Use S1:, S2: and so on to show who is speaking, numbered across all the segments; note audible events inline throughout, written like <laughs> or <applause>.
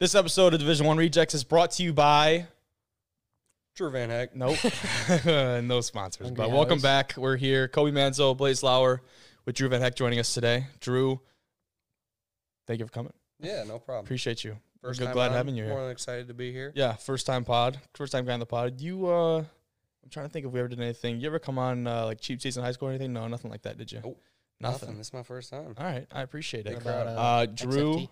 S1: This episode of Division One Rejects is brought to you by
S2: Drew Van Heck.
S1: nope, <laughs> no sponsors.
S2: Hungry
S1: but welcome
S2: House.
S1: back. We're here, Kobe Manzo, Blaze Lauer, with Drew Van Heck joining us today. Drew, thank you for coming.
S2: Yeah, no problem.
S1: Appreciate you. We're
S2: First
S1: good-
S2: time
S1: glad
S2: on,
S1: having you
S2: More
S1: here.
S2: than excited to be here.
S1: Yeah, first time pod, first time guy in the pod. You, uh I'm trying to think if we ever did anything. You ever come on uh, like cheap seats in high school or anything? No, nothing like that. Did you?
S2: Nope.
S1: nothing.
S2: This is my first time.
S1: All right, I appreciate it.
S2: Big crowd.
S1: Uh, Drew,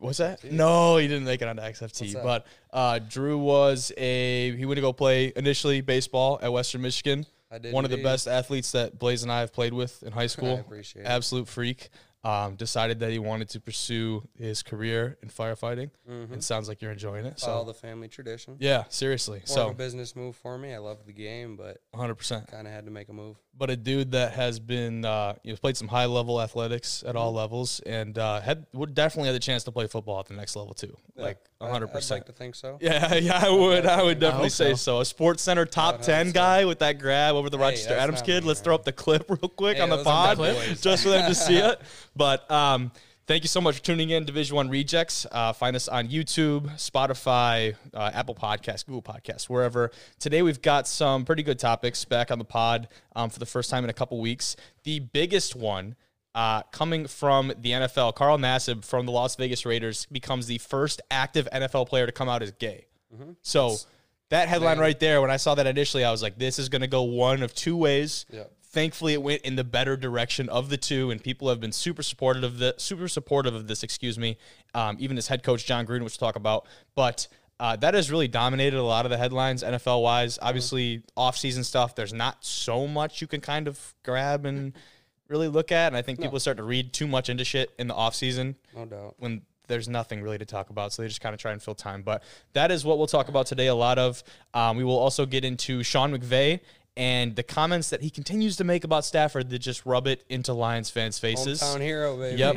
S1: what's that?
S2: XFT?
S1: No, he didn't make it onto
S2: What's
S1: XFT.
S2: that?
S1: But uh, Drew was a he went to go play initially baseball at Western Michigan.
S2: I did
S1: One of the
S2: indeed.
S1: best athletes that Blaze and I have played with in high
S2: <laughs> I
S1: school.
S2: appreciate it.
S1: Absolute freak. Um, decided that he wanted to pursue his career in firefighting.
S2: Mhm.
S1: It sounds like you're enjoying it.
S2: Follow
S1: So
S2: the family tradition.
S1: yeah, seriously.
S2: More of a
S1: So
S2: business move for me. I love the game, but
S1: 100. percent
S2: kind of had to make a move.
S1: but a dude that has been uh, you know played some high level athletics at all levels and uh, had would definitely had the chance to play football at the next level too, like
S2: I-
S1: like hundred
S2: I'd like
S1: percent.
S2: to think so.
S1: <laughs> Yeah, yeah, I would, I would definitely
S3: hope
S1: say
S3: so.
S1: so. A Sports Center top
S2: hope
S1: ten
S2: so.
S1: guy with that grab over the
S2: Hey,
S1: Rochester
S2: that's
S1: Adams
S2: not
S1: kid.
S2: me,
S1: Let's
S2: man.
S1: throw up the clip <laughs> real quick
S2: Hey,
S1: on the
S2: those are my
S1: pod <laughs>
S2: boys.
S1: just for them to see it. But um, thank you so much for tuning in, Division One Rejects. Uh, find us on YouTube, Spotify, uh, Apple Podcasts, Google Podcasts, wherever. Today we've got some pretty good topics back on the pod um, for the first time in a couple weeks. The biggest one. Uh, coming from the NFL, Carl Nassib from the Las Vegas Raiders becomes the first active NFL player to come out as gay.
S2: Mm-hmm.
S1: So that headline right there, when I saw that initially, I was like, this is going to go one of two ways.
S2: Yeah.
S1: Thankfully, it went in the better direction of the two, and people have been super supportive of the super supportive of this. Excuse me, um, even his head coach John Gruden, which we'll talk about, but. Uh, that has really dominated a lot of the headlines NFL wise. Obviously, off-season stuff. There's not so much you can kind of grab and really look at, and I think people start to read too much into shit in the off-season
S2: No doubt.
S1: when there's nothing really to talk about. So they just kind of try and fill time. But that is what we'll talk about today a lot of. Um, we will also get into Sean McVay and the comments that he continues to make about Stafford that just rub it into Lions fans' faces.
S2: Hometown hero, baby. <laughs>
S1: Yep.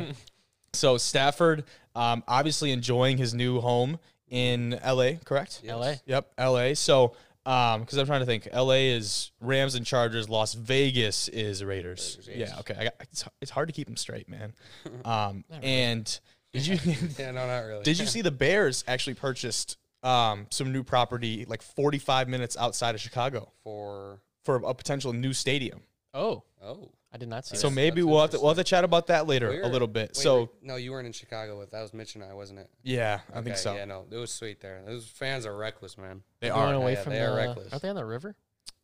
S1: So Stafford, um, obviously enjoying his new home in LA, correct?
S3: LA.
S1: Yep, LA. So, um, because I'm trying to think, LA is Rams and Chargers. Las Vegas is Raiders. Yeah, okay. I got, it's, it's hard to keep them straight,
S2: <laughs>
S1: man. Um, and did you <laughs>
S2: Yeah, no, not really.
S1: did you see the Bears actually purchased um some new property like 45 minutes outside of Chicago
S2: for
S1: for a potential new stadium?
S3: Oh,
S2: oh
S3: I did not see.
S1: So
S3: that.
S1: maybe we'll have to we'll have to chat about that later a
S2: weird.
S1: little bit.
S2: Wait,
S1: so
S2: no, you weren't in Chicago with that was Mitch and I, wasn't it?
S1: yeah, I think
S2: Okay,
S1: so.
S2: Yeah, no, it was sweet there. Those fans are reckless, man.
S1: They
S3: They're
S1: are.
S3: going away
S2: yeah,
S3: from
S2: they
S3: the.
S2: are reckless.
S3: Aren't they on the river?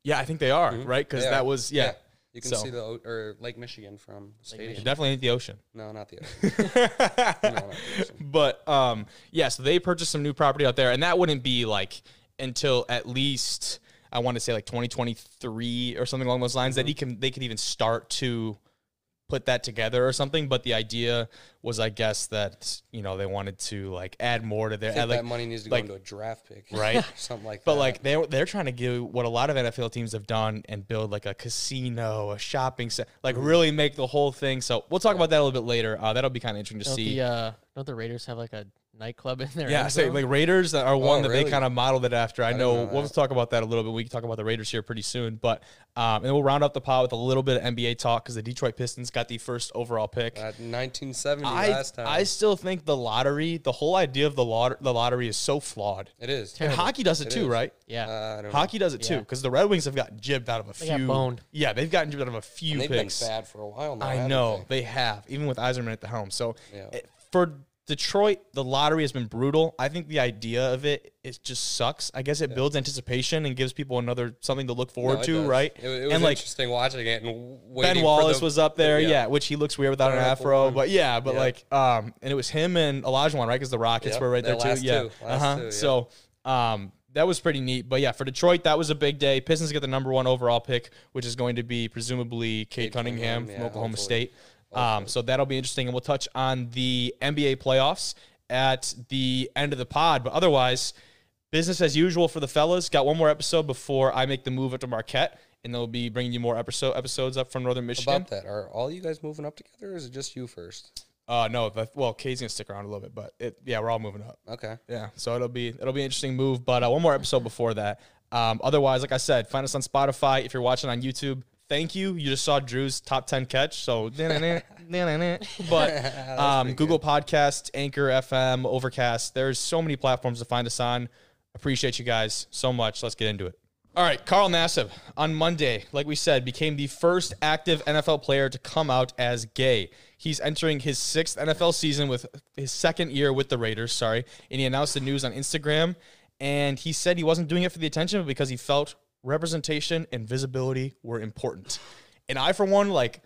S1: Yeah, I think they are,
S2: Mhm.
S1: right? Because
S2: They
S1: that
S2: are.
S1: was, yeah,
S2: You can
S1: So-
S2: see the o- or Lake Michigan from the stadium.
S1: it definitely ain't the ocean.
S2: No, <laughs> not the ocean. not the ocean.
S1: <laughs> but um, yeah, so they purchased some new property out there, and that wouldn't be like until at least I want to say like 2023 or something along those lines
S2: Mm-hmm.
S1: that he can they could even start to put that together or something. But the idea was, I guess, that you know they wanted to like add more to their
S2: I think
S1: add, like
S2: that money needs to
S1: like-
S2: go into a draft pick,
S1: <laughs> Right.
S2: <laughs> Something like
S1: But
S2: that.
S1: like they they're trying to do what a lot of NFL teams have done and build like a casino, a shopping center, like really make the whole thing. So we'll talk about that a little bit later. Uh, that'll be kind of interesting to
S3: Don't
S1: see.
S3: the uh, don't the Raiders have like a nightclub in there?
S1: yeah, so like Raiders are one that they
S2: really?
S1: kind of modeled it after. I,
S2: didn't
S1: know,
S2: know
S1: we'll
S2: that.
S1: talk about that a little bit. We can talk about the Raiders here pretty soon, but um, and we'll round up the pod with a little bit of NBA talk because the Detroit Pistons got the first overall pick.
S2: Uh, 1970
S1: I,
S2: last time.
S1: I still think the lottery, the whole idea of the lot the lottery is so flawed.
S2: it is.
S1: And hockey does it, too,
S2: is.
S1: right?
S3: yeah,
S2: Uh, I don't know.
S1: Hockey does it too
S3: Yeah.
S1: because the Red Wings have got jibbed out of a
S3: They
S1: few.
S3: got boned.
S1: Yeah, they've gotten jibbed out of a few
S2: They've
S1: picks.
S2: been bad for a while now.
S1: I
S2: haven't
S1: know they have, even with Eiserman at the helm. So
S2: Yeah.
S1: it- for Detroit, the lottery has been brutal. I think the idea of it it just sucks. I guess it builds anticipation and gives people another something to look
S2: they?
S1: forward
S2: No, it
S1: to,
S2: does.
S1: right?
S2: It, it was
S1: and like
S2: interesting watching it and waiting.
S1: Ben
S2: for
S1: Wallace
S2: the-
S1: was up there, yeah.
S2: yeah.
S1: which he looks weird without an
S2: Throwing up
S1: afro,
S2: one.
S1: but yeah, but
S2: Yeah.
S1: like, um, and it was him and Olajuwon, right? Because the Rockets
S2: Yep,
S1: were right there
S2: that
S1: too,
S2: last
S1: yeah.
S2: two, last
S1: uh-huh.
S2: two, yeah.
S1: So, um, that was pretty neat, but yeah, for Detroit, that was a big day. Pistons get the number one overall pick, which is going to be presumably Cade Cunningham
S2: Cunningham,
S1: from
S2: yeah,
S1: Oklahoma
S2: hopefully.
S1: State. Um, so that'll be interesting, and we'll touch on the NBA playoffs at the end of the pod. But otherwise, business as usual for the fellas. Got one more episode before I make the move up to Marquette, and they'll be bringing you more episode episodes up from Northern Michigan.
S2: about that. Are all you guys moving up together, or is it just you first?
S1: Uh, no, the, well, Cade's gonna stick around a little bit, but it, yeah, we're all moving up.
S2: Okay.
S1: Yeah, so it'll be it'll be an interesting move. But uh, one more episode before that. Um, otherwise, like I said, find us on Spotify if you're watching on YouTube. thank you. You just saw Drew's top 10 catch. So, <laughs> but
S2: <laughs> That's
S1: um,
S2: pretty
S1: Google Podcasts, Anchor FM, Overcast. There's so many platforms to find us on. Appreciate you guys so much. Let's get into it. All right, Carl Nassib on Monday, like we said, became the first active NFL player to come out as gay. He's entering his sixth NFL season with his second year with the Raiders, sorry, and he announced the news on Instagram. And he said he wasn't doing it for the attention, but because he felt representation and visibility were important. And I, for one, like,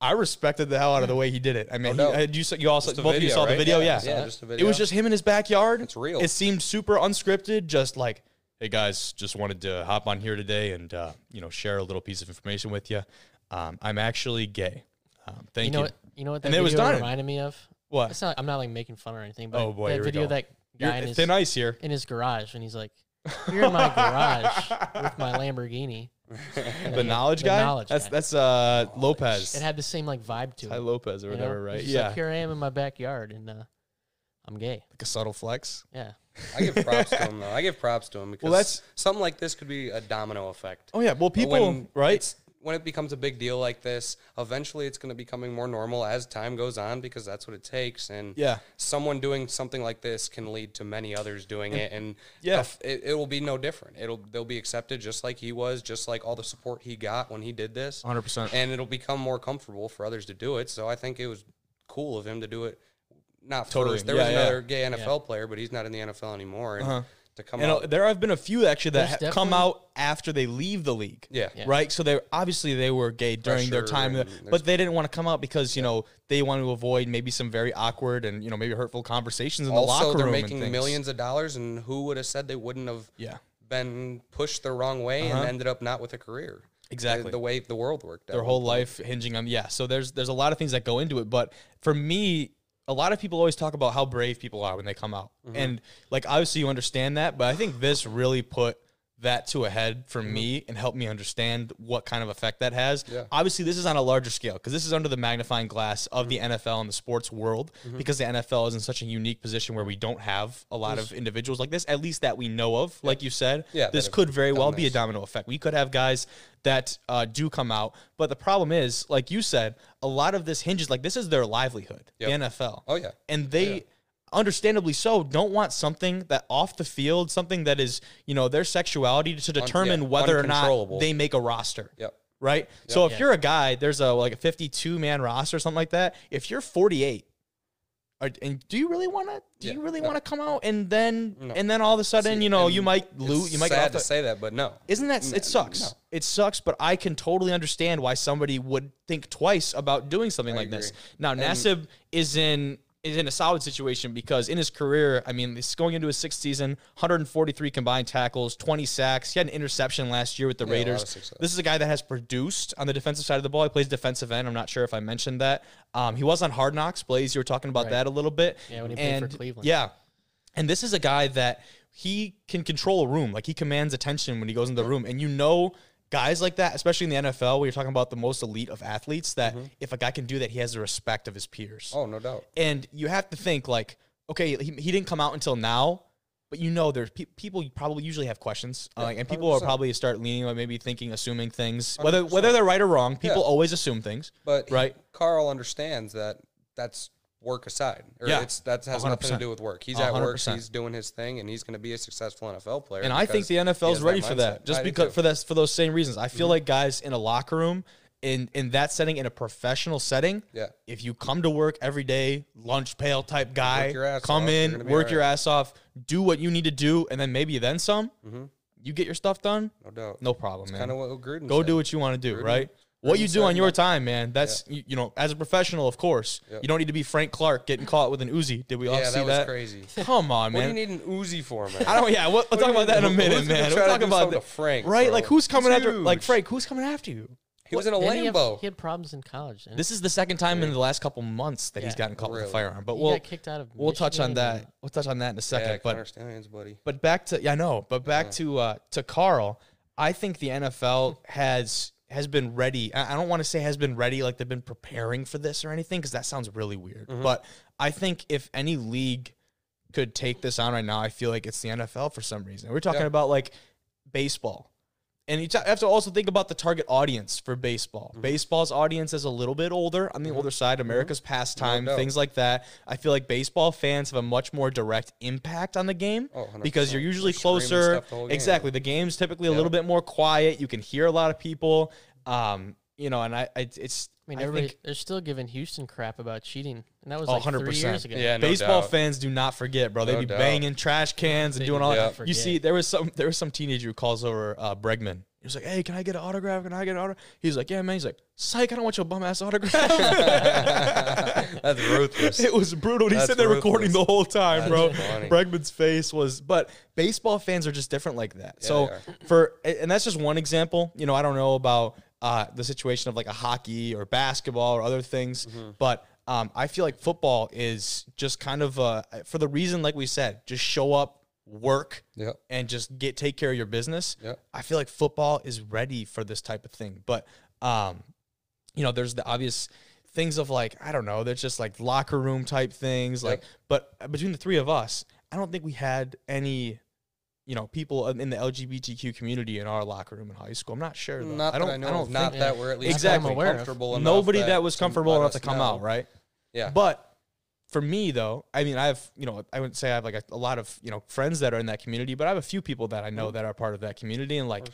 S1: I respected the hell out of the way he did it. I mean,
S2: No
S1: he-
S2: doubt.
S1: uh, you, saw, you also
S2: Just a
S1: both of you
S2: video,
S1: saw the
S2: right?
S1: video,
S2: Yeah,
S1: yeah.
S2: I saw Yeah. just a
S1: It
S2: video.
S1: was just him in his backyard.
S2: It's real.
S1: It seemed super unscripted, just like, hey guys, just wanted to hop on here today and uh, you know share a little piece of information with you. Um, I'm actually gay. Um, thank
S3: You
S1: you.
S3: know what? You know what that
S1: And it
S3: video
S1: was done.
S3: reminded me of?
S1: What?
S3: It's not. I'm not like making fun or anything, but
S1: Oh, boy, here
S3: that
S1: we
S3: video
S1: go.
S3: of that
S1: You're
S3: guy in his,
S1: thin ice here.
S3: <laughs> in his garage, and
S1: <laughs>
S3: he's like, "You're in my garage with my Lamborghini." And
S1: The
S3: he-
S1: knowledge
S3: the
S1: guy.
S3: knowledge
S1: that's
S3: guy.
S1: that's uh, Lopez.
S3: It had the same like vibe to it.
S1: Ty Lopez or
S3: you know?
S1: whatever,
S3: It's
S1: right?
S3: just
S1: Yeah,
S3: Like, here I am in my backyard, and uh, I'm gay.
S1: like a subtle flex.
S3: Yeah.
S2: I
S1: <laughs>
S2: give props to him though. I give props to him because
S1: that's-
S2: something like this could be a domino effect.
S1: Oh yeah, well
S2: But
S1: people,
S2: when
S1: right?
S2: it's- When it becomes a big deal like this, eventually it's going to becoming more normal as time goes on because that's what it takes. And
S1: Yeah.
S2: someone doing something like this can lead to many others doing it, and
S1: Yeah.
S2: if- it, it will be no different. It'll they'll be accepted just like he was, just like all the support he got when he did this,
S1: 100%.
S2: and it'll become more comfortable for others to do it. So I think it was cool of him to do it. Not
S1: Totally.
S2: first. There
S1: Yeah,
S2: was
S1: yeah.
S2: another gay NFL player, but he's not in the NFL anymore. And to come
S1: And uh,
S2: out,
S1: there have been a few actually that
S3: There's
S1: ha- come
S3: definitely-
S1: out after they leave the league.
S2: Yeah. Yeah.
S1: Right. So they obviously they were gay during their
S2: Pressure
S1: time,
S2: and
S1: but they didn't want to come out because you know they wanted to avoid maybe some very awkward and you know maybe hurtful conversations in the locker
S2: also
S1: room.
S2: they're
S1: and
S2: making
S1: things.
S2: millions of dollars and who would have said they wouldn't have
S1: Yeah. Uh-huh.
S2: been pushed the wrong way and ended up not with a career
S1: Exactly.
S2: the, the way the world worked out.
S1: their whole life hinging on yeah so there's there's a lot of things that go into it but for me a lot of people always talk about how brave people are when they come out
S2: Mm-hmm.
S1: and like obviously you understand that but i think this really put that to a head for
S2: Mm-hmm.
S1: me and helped me understand what kind of effect that has obviously this is on a larger scale because this is under the magnifying glass of
S2: Mm-hmm.
S1: the nfl and the sports world because the nfl is in such a unique position where we don't have a lot of individuals like this at least that we know of like you said
S2: Yeah,
S1: this
S2: that have
S1: could very well be a domino effect. We could have guys that uh, do come out, but the problem is, like you said, a lot of this hinges like this is their livelihood, the NFL.
S2: Oh, yeah.
S1: and they. Understandably so, don't want something that off the field, something that is, you know, their sexuality to determine whether or not
S2: uncontrollable.
S1: they make a roster
S2: Yep.
S1: right? So if you're a guy, there's a like a 52 man roster or something like that. If you're 48, are, and do you really want to? Do you really want to come out and then and then all of a sudden, you know, you might lose.
S2: It's
S1: You might get
S2: sad
S1: off
S2: to
S1: the,
S2: say that, but no.
S1: Isn't that it sucks?
S2: no.
S1: It sucks, but I can totally understand why somebody would think twice about doing something like this.
S2: agree.
S1: Now Nassib is in is in a solid situation because in his career, I mean, he's going into his sixth season, 143 combined tackles, 20 sacks. He had an interception last year with the Raiders.
S2: success.
S1: This is a guy that has produced on the defensive side of the ball. He plays defensive end. I'm not sure if I mentioned that. Um, he was on Hard Knocks, Blaze. You were talking about that a little bit.
S3: Yeah, when he played for
S1: And-
S3: Cleveland.
S1: Yeah, and this is a guy that he can control a room. Like he commands attention when he goes in the room. And you know, guys like that, especially in the NFL, where you're talking about the most elite of athletes, that if a guy can do that, he has the respect of his peers.
S2: Mm-hmm. Oh, no doubt.
S1: And you have to think like, okay, he, he didn't come out until now, but you know, there's pe- people probably usually have questions, uh, and people will probably start leaning or maybe thinking, assuming things, whether whether they're right or wrong. People
S2: Yeah.
S1: always assume things.
S2: But he-
S1: Right.
S2: Carl understands that that's work aside. Or
S1: Yeah.
S2: it's that has nothing
S1: 100%.
S2: to do with work. He's at work,
S1: 100%.
S2: he's doing his thing and he's going to be a successful NFL player.
S1: And I think
S2: because
S1: the
S2: he
S1: NFL is
S2: has
S1: ready for
S2: mindset.
S1: that, just
S2: I do
S1: because
S2: too. Mm-hmm.
S1: for that for those same reasons. I feel like guys in a locker room, in in that setting, in a professional setting,
S2: Yeah.
S1: If you come to work every day, lunch pail type guy,
S2: your ass
S1: come
S2: off, you're
S1: in,
S2: gonna
S1: work
S2: be all
S1: your ass off, do what you need to do, and then maybe then some. You get your stuff done,
S2: no doubt.
S1: no problem, man.
S2: kind of Mm-hmm. what Gruden
S1: Go
S2: said.
S1: do what you want to do, right? What you do on your time, man. That's you, you know, as a professional, of course, you don't need to be Frank Clark getting caught with an Uzi. Did we all
S2: Yeah,
S1: see
S2: that
S1: that?
S2: was crazy.
S1: Come on,
S2: What do
S1: man.
S2: you need an Uzi for, man?
S1: I don't. Yeah, we'll, we'll talk about that in a
S2: Who's
S1: minute,
S2: gonna
S1: man.
S2: try
S1: We'll
S2: to
S1: talk
S2: do
S1: about
S2: something
S1: that,
S2: to Frank,
S1: right?
S2: bro?
S1: Like, who's
S2: It's
S1: coming after? Like,
S2: huge.
S1: Frank, who's coming after you?
S2: He was in a
S3: Didn't He, have,
S2: Lambo.
S3: he had problems in college. And
S1: This is the second time in the last couple months that he's gotten caught with a
S2: Really?
S1: firearm. But
S3: he
S1: we'll
S3: got kicked out of.
S1: we'll touch on
S3: Michigan
S1: that.
S3: and-
S1: We'll touch on that in a second.
S2: yeah,
S1: but
S2: Connor Stallions, buddy.
S1: <laughs> but back to yeah, I know. But back to uh, to Carl. I think the NFL has has been ready. I I don't want to say has been ready like they've been preparing for this or anything because that sounds really weird. But I think if any league could take this on right now, I feel like it's the NFL for some reason. We're talking about like baseball. and you t- have to also think about the target audience for baseball. Baseball's audience is a little bit older on the older side, America's pastime,
S2: doubt.
S1: things like that. I feel like baseball fans have a much more direct impact on the game
S2: Oh, 100%.
S1: because you're usually
S2: They're screaming
S1: closer.
S2: stuff the whole game.
S1: Exactly. The game's typically a little bit more quiet. You can hear a lot of people. Um, you know, and I, I it's
S3: I mean,
S1: I
S3: everybody,
S1: think
S3: they're still giving Houston crap about cheating, and that was
S1: Oh,
S3: like three
S1: 100%.
S3: years ago.
S2: Yeah, no
S1: baseball
S2: doubt.
S1: fans do not forget, bro. They
S2: No
S1: be
S2: doubt.
S1: banging trash cans and
S3: They
S1: doing
S3: do
S1: all
S2: not
S1: that. You
S3: forget.
S1: see, there was some there was some teenager who calls over uh, Bregman. He was like, "Hey, can I get an autograph? Can I get an autograph?" He's like, "Yeah, man." He's like, "Psych, I don't want your bum ass autograph."
S2: That's ruthless.
S1: it was brutal. He
S2: That's
S1: said they're recording
S2: ruthless.
S1: the whole time,
S2: That's
S1: bro.
S2: funny.
S1: Bregman's face was, but baseball fans are just different like that. so
S2: they are.
S1: for and that's just one example. You know, I don't know about uh, the situation of like a hockey or basketball or other things,
S2: Mm-hmm.
S1: but um, I feel like football is just kind of uh, for the reason like we said, just show up, work,
S2: Yep.
S1: and just get take care of your business.
S2: Yep.
S1: I feel like football is ready for this type of thing, but um, you know, there's the obvious things of like I don't know, there's just like locker room type things, like. But uh, between the three of us, I don't think we had any, you know, people in in the LGBTQ community in our locker room in high school. I'm not sure. Though. Mm.
S2: Not
S1: I don't.
S2: that I know.
S1: I
S2: of,
S1: don't
S2: not
S1: think
S2: that we're at least
S1: Exactly.
S3: Aware of.
S2: comfortable enough.
S1: nobody that, was
S2: to
S1: comfortable
S2: let
S1: enough to
S2: us
S1: come
S2: know.
S1: out, right?
S2: Yeah.
S1: But for me though, I mean, I have you know, I wouldn't say I have like a, a lot of you know friends that are in that community, but I have a few people that I know that are part of that community, and like.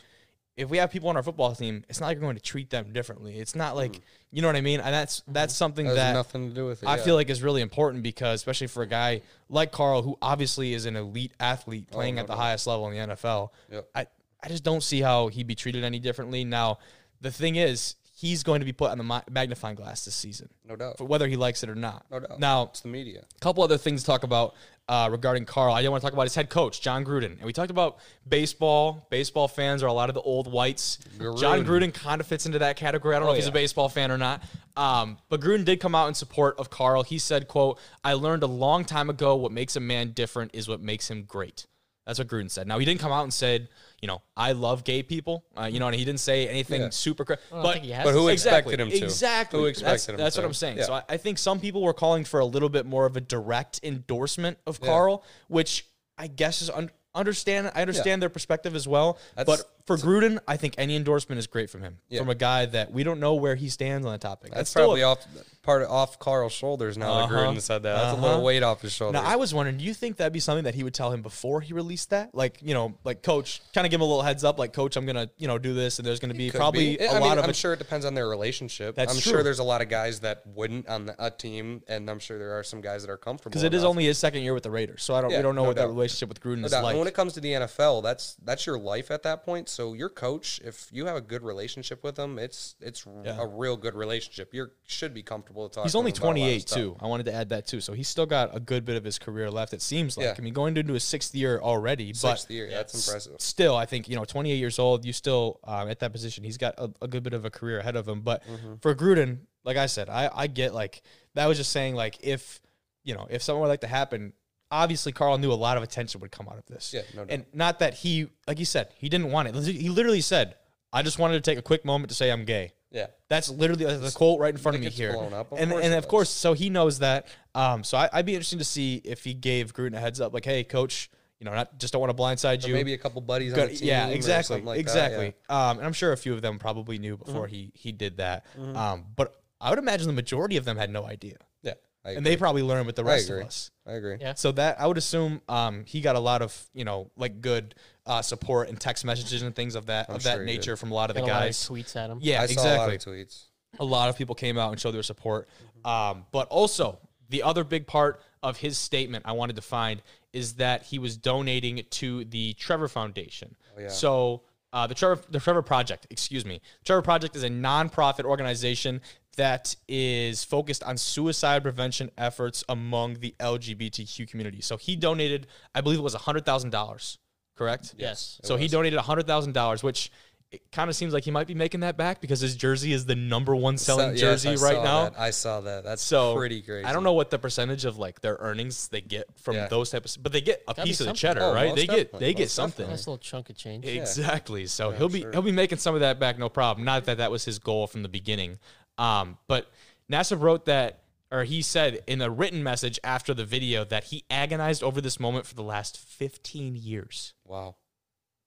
S1: If we have people on our football team, it's not like we're going to treat them differently. It's not like you know what I mean, and that's that's something
S2: That has
S1: that
S2: Mm-hmm. nothing to do with it.
S1: I
S2: yeah.
S1: feel like is really important because especially for a guy like Carl, who obviously is an elite athlete playing
S2: Oh, no
S1: at the
S2: doubt.
S1: highest level in the NFL.
S2: Yep.
S1: I, I just don't see how he'd be treated any differently. Now, the thing is, he's going to be put on the mi- magnifying glass this season,
S2: no doubt.
S1: for whether he likes it or not.
S2: No doubt.
S1: Now,
S2: It's the media.
S1: couple other things to talk about uh, regarding Carl. I did want to talk about his head coach, John Gruden. And we talked about baseball. Baseball fans are a lot of the old whites. John Gruden kind of fits into that category. I
S2: Oh,
S1: don't know if he's a baseball fan or not. Um, but Gruden did come out in support of Carl. He said, quote, I learned a long time ago what makes a man different is what makes him great. That's what Gruden said. Now, he didn't come out and said, you know, I love gay people. Uh, you know, and he didn't say anything super cra-
S3: don't
S1: but,
S3: think he has
S2: But who
S1: Exactly.
S2: expected him to?
S1: Exactly.
S2: Who
S1: that's,
S2: expected him
S1: That's what
S2: to?
S1: I'm saying.
S2: Yeah.
S1: So I, I think some people were calling for a little bit more of a direct endorsement of Carl, which I guess is un- understand. I understand their perspective as well.
S2: That's-
S1: but for Gruden, I think any endorsement is great from him, from a guy that we don't know where he stands on the topic.
S2: That's
S1: still a-
S2: probably off part of, off Carl's shoulders now that Gruden said that. That's a little weight off his shoulders.
S1: Uh-huh. Now I was wondering, do you think that'd be something that he would tell him before he released that? Like, you know, like coach, kind of give him a little heads up, like coach, I'm gonna, you know, do this, and there's gonna be
S2: Could
S1: probably
S2: be.
S1: a
S2: I mean,
S1: lot of
S2: I'm
S1: it-
S2: sure it depends on their relationship.
S1: That's
S2: I'm
S1: true.
S2: sure there's a lot of guys that wouldn't on the, a team, and I'm sure there are some guys that are comfortable.
S1: because it is
S2: enough.
S1: only his second year with the Raiders, so I don't, we
S2: Yeah,
S1: don't know
S2: no
S1: what that
S2: doubt.
S1: relationship with Gruden
S2: No
S1: is
S2: doubt.
S1: like.
S2: And when it comes to the NFL, that's that's your life at that point. So your coach, if you have a good relationship with him, it's it's a real good relationship. You should be comfortable to talk.
S1: He's
S2: to
S1: only
S2: him about a lot of
S1: 28
S2: stuff.
S1: too. I wanted to add that too. So he's still got a good bit of his career left. It seems like.
S2: Yeah.
S1: I mean, going into his sixth year already,
S2: Sixth
S1: but
S2: year, that's impressive.
S1: still, I think you know, 28 years old, you still um, at that position. He's got a, a good bit of a career ahead of him. But
S2: Mm-hmm.
S1: for Gruden, like I said, I, I get like that was just saying like if you know if something were like to happen. Obviously, Carl knew a lot of attention would come out of this.
S2: Yeah, no doubt.
S1: And not that he, like he said, he didn't want it. He literally said, "I just wanted to take a quick moment to say I'm gay."
S2: Yeah,
S1: That's literally uh, the quote right in front of me
S2: gets
S1: here.
S2: blown up, of
S1: and
S2: course
S1: and
S2: it
S1: of
S2: does.
S1: course, so he knows that. Um, so I, I'd be interested to see if he gave Gruden a heads up, like, "Hey, coach, you know, not just don't want to blindside you."
S2: maybe a couple buddies on
S1: Good-
S2: the team.
S1: yeah,
S2: or
S1: exactly,
S2: something like that,
S1: exactly.
S2: yeah. Mm-hmm.
S1: Um, and I'm sure a few of them probably knew before he he did that. Um, but I would imagine the majority of them had no idea,
S2: Yeah, I
S1: and
S2: agree.
S1: they probably learned with the rest of
S2: agree.
S1: us.
S2: I agree.
S3: Yeah.
S1: So that I would assume um, he got a lot of you know like good uh, support and text messages and things of that of
S2: sure
S1: that
S2: he did.
S1: nature from a lot of the
S3: Got a lot of
S1: guys.
S3: tweets at him.
S1: Yeah,
S2: I saw
S1: exactly
S2: a lot of tweets.
S1: a lot of people came out and showed their support. Um, but also, the other big part of his statement I wanted to find is that he was donating to the Trevor Foundation. So uh, the Trevor the Trevor Project, excuse me, Trevor Project is a nonprofit organization that is focused on suicide prevention efforts among the LGBTQ community. So he donated, I believe it was hundred thousand dollars, correct?
S3: Yes.
S1: So he donated hundred thousand dollars, which it kind of seems like he might be making that back because his jersey is the number one selling
S2: So- yes,
S1: jersey
S2: I
S1: right
S2: saw
S1: now.
S2: that. I saw that. That's
S1: So
S2: pretty crazy.
S1: I don't know what the percentage of like their earnings they get from
S2: Yeah.
S1: those types, but they get a
S3: be
S1: piece of the
S3: something.
S1: cheddar,
S2: Oh,
S1: right?
S2: most
S1: They get
S2: definitely,
S1: they get
S2: most
S1: something.
S3: Nice little chunk of change.
S1: Exactly. So he'll be he'll be making some of that back, no problem. Not that that was his goal from the beginning. Um, but NASA wrote that, or he said in a written message after the video that he agonized over this moment for the last 15 years.
S2: Wow.